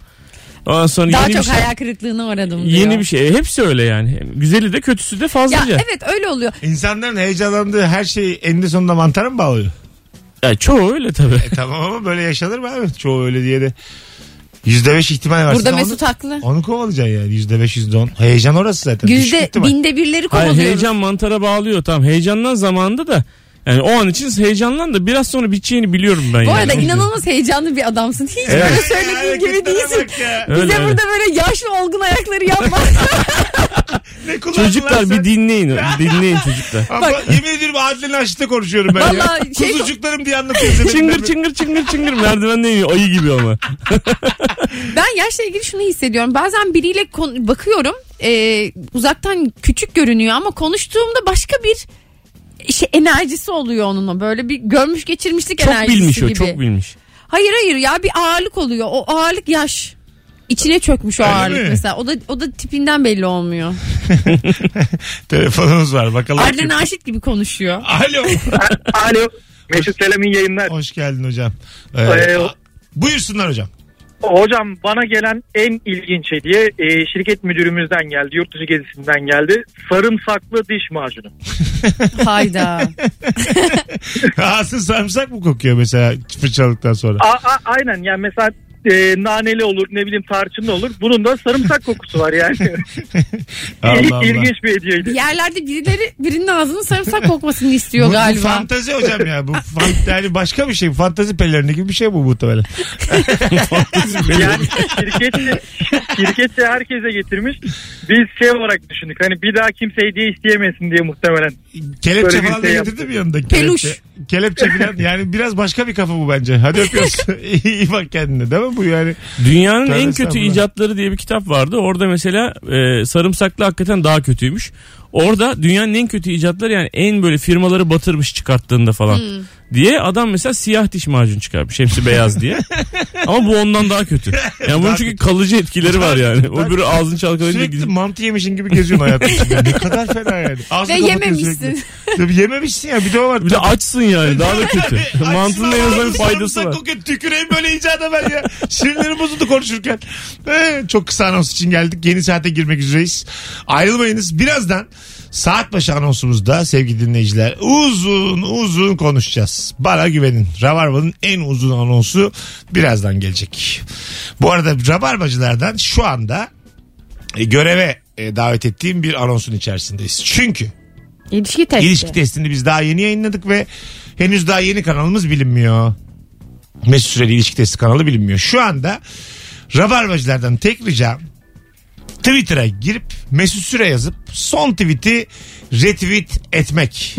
[SPEAKER 4] Ondan sonra
[SPEAKER 3] Daha
[SPEAKER 4] yeni
[SPEAKER 3] çok
[SPEAKER 4] bir şey,
[SPEAKER 3] hayal kırıklığına uğradım diyor.
[SPEAKER 4] yeni bir şey. Hepsi öyle yani. Güzeli de kötüsü de
[SPEAKER 3] Ya
[SPEAKER 4] fazlaca.
[SPEAKER 3] evet öyle oluyor.
[SPEAKER 2] İnsanların heyecanlandığı her şeyi eninde sonunda mantara mı bağlıyor?
[SPEAKER 4] Ya çoğu öyle tabii.
[SPEAKER 2] E tamam ama böyle yaşanır mı abi? Çoğu öyle diye de. %5 ihtimal var.
[SPEAKER 3] Burada
[SPEAKER 2] Sen
[SPEAKER 3] Mesut haklı.
[SPEAKER 2] Onu, onu kovalayacaksın yani. %5, %10. Heyecan orası zaten. Düşük
[SPEAKER 3] Yüzde
[SPEAKER 2] ihtimal.
[SPEAKER 3] binde birleri
[SPEAKER 4] Hayır
[SPEAKER 3] kovalıyoruz.
[SPEAKER 4] heyecan mantara bağlıyor tamam. Heyecanlan zamanında da yani o an için heyecanlan da biraz sonra biteceğini biliyorum ben
[SPEAKER 3] Bu
[SPEAKER 4] yani.
[SPEAKER 3] arada inanılmaz heyecanlı bir adamsın. Hiç
[SPEAKER 4] Evet.
[SPEAKER 3] böyle
[SPEAKER 2] Ya,
[SPEAKER 3] söylediğin gibi
[SPEAKER 2] hareketlere
[SPEAKER 3] değilsin.
[SPEAKER 2] bak ya.
[SPEAKER 4] Öyle,
[SPEAKER 3] Bize
[SPEAKER 4] öyle.
[SPEAKER 3] burada böyle yaşlı olgun ayakları yapma.
[SPEAKER 2] Ne kullandın lan
[SPEAKER 4] Çocuklar
[SPEAKER 2] sen?
[SPEAKER 4] bir dinleyin. dinleyin çocuklar.
[SPEAKER 2] Ama yemin ediyorum Adil'in açlıkta konuşuyorum ben. ya.
[SPEAKER 3] Vallahi şey-
[SPEAKER 2] Kuzucuklarım diye anlatıyorum. Senin
[SPEAKER 4] çıngır
[SPEAKER 2] ben-
[SPEAKER 4] çıngır çıngır çıngır merdivenden iniyor. Ayı gibi ama.
[SPEAKER 3] Ben yaşla ilgili şunu hissediyorum. Bazen biriyle kon- bakıyorum. e, uzaktan küçük görünüyor ama konuştuğumda başka bir şey enerjisi oluyor onunla. Böyle bir görmüş geçirmişlik
[SPEAKER 4] Çok
[SPEAKER 3] enerjisi
[SPEAKER 4] bilmiş
[SPEAKER 3] gibi.
[SPEAKER 4] o çok bilmiş.
[SPEAKER 3] Hayır hayır ya bir ağırlık oluyor. O ağırlık yaş. İçine çökmüş o
[SPEAKER 2] Öyle
[SPEAKER 3] ağırlık
[SPEAKER 2] mi?
[SPEAKER 3] mesela. O da o da tipinden belli olmuyor.
[SPEAKER 2] Telefonumuz var bakalım.
[SPEAKER 3] Arda Naşit gibi konuşuyor.
[SPEAKER 2] Alo.
[SPEAKER 5] Alo. Mesut Selam'ın yayınlar.
[SPEAKER 2] Hoş geldin hocam. Ee,
[SPEAKER 5] Ee,
[SPEAKER 2] buyursunlar hocam.
[SPEAKER 5] Hocam bana gelen en ilginç hediye e, şirket müdürümüzden geldi. Yurt dışı gezisinden geldi. Sarımsaklı diş macunu.
[SPEAKER 3] Hayda.
[SPEAKER 2] Ağzın sarımsak mı kokuyor mesela fırçalıktan sonra?
[SPEAKER 5] A, a- aynen yani mesela e, naneli olur ne bileyim tarçınlı olur. Bunun da sarımsak kokusu var yani. İl-
[SPEAKER 2] Allah Allah.
[SPEAKER 5] İlginç bir hediyeydi.
[SPEAKER 3] bir yerlerde birileri birinin ağzının sarımsak kokmasını istiyor
[SPEAKER 2] Bu, bu
[SPEAKER 3] galiba.
[SPEAKER 2] fantazi hocam ya. Bu fan- yani başka bir şey. Fantazi pelerini gibi bir şey bu muhtemelen.
[SPEAKER 5] Yani şirket de, şirket de herkese getirmiş. Biz şey olarak düşündük. Hani bir daha kimse hediye isteyemesin diye muhtemelen.
[SPEAKER 2] Kelepçe
[SPEAKER 5] Böyle bir
[SPEAKER 2] falan da
[SPEAKER 5] şey
[SPEAKER 2] getirdi mi yanında?
[SPEAKER 3] Peluş.
[SPEAKER 2] Kelepçe, kelepçe falan. Yani biraz başka bir kafa bu bence. Hadi öpüyoruz. İyi bak kendine. Değil mi bu yani?
[SPEAKER 4] Dünyanın
[SPEAKER 2] Tövbe
[SPEAKER 4] en kötü
[SPEAKER 2] estağfurullah.
[SPEAKER 4] icatları diye bir kitap vardı. Orada mesela e, sarımsaklı hakikaten daha kötüymüş. Orada dünyanın en kötü icatları yani en böyle firmaları batırmış çıkarttığında falan diye adam mesela siyah diş macunu çıkarmış. Hepsi beyaz diye. Ama bu ondan daha kötü. Yani bunun
[SPEAKER 2] Daha
[SPEAKER 4] çünkü kalıcı etkileri var yani. Öbürü ağzını çalkalayınca
[SPEAKER 2] Sürekli
[SPEAKER 4] gidip
[SPEAKER 2] mantı yemişin gibi geziyorsun hayatın içinde. Ne kadar fena yani. Ağzını
[SPEAKER 3] Ve
[SPEAKER 2] kapatıyorsun
[SPEAKER 3] yememişsin.
[SPEAKER 2] sürekli. Tabii yememişsin ya. Bir de o var.
[SPEAKER 4] bir de açsın yani daha da kötü.
[SPEAKER 2] Açsın
[SPEAKER 4] Mantının en azından
[SPEAKER 2] ağzını,
[SPEAKER 4] bir faydası
[SPEAKER 2] sarımsak
[SPEAKER 4] var.
[SPEAKER 2] kokuyor. Tüküreyim böyle icada ben ya. Sinirlerim bozuldu konuşurken. Ee, çok kısa anons için geldik. Yeni saate girmek üzereyiz. Ayrılmayınız. Birazdan saat başı anonsumuzda sevgili dinleyiciler uzun uzun konuşacağız. Bana güvenin. Rabarba'nın en uzun anonsu birazdan gelecek. Bu arada Rabarbacılardan şu anda e, göreve e, davet ettiğim bir anonsun içerisindeyiz. Çünkü
[SPEAKER 3] İlişki testi.
[SPEAKER 2] İlişki testini biz daha yeni yayınladık ve henüz daha yeni kanalımız bilinmiyor. Mesut Süreli ilişki testi kanalı bilinmiyor. Şu anda Rabarbacılardan tek ricam Twitter'a girip Mesut Süre yazıp son tweet'i retweet etmek.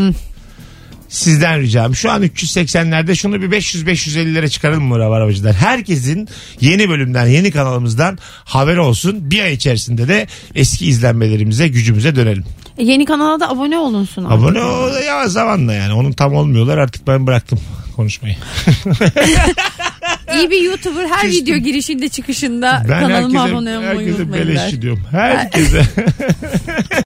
[SPEAKER 2] Sizden ricam şu an 380'lerde şunu bir 500-550'lere çıkaralım mı Rabarbacılar? Herkesin yeni bölümden yeni kanalımızdan haberi olsun. Bir ay içerisinde de eski izlenmelerimize gücümüze dönelim.
[SPEAKER 3] E, Yeni kanala da abone olunsun. abi.
[SPEAKER 2] Abone ol ya zamanla yani. Onun tam olmuyorlar. Artık ben bıraktım konuşmayı.
[SPEAKER 3] İyi bir YouTuber her video girişinde çıkışında
[SPEAKER 2] Ben
[SPEAKER 3] kanalıma
[SPEAKER 2] herkese,
[SPEAKER 3] abone olmayı
[SPEAKER 2] herkese
[SPEAKER 3] unutmayın. der.
[SPEAKER 2] beleşçi diyorum. Herkese.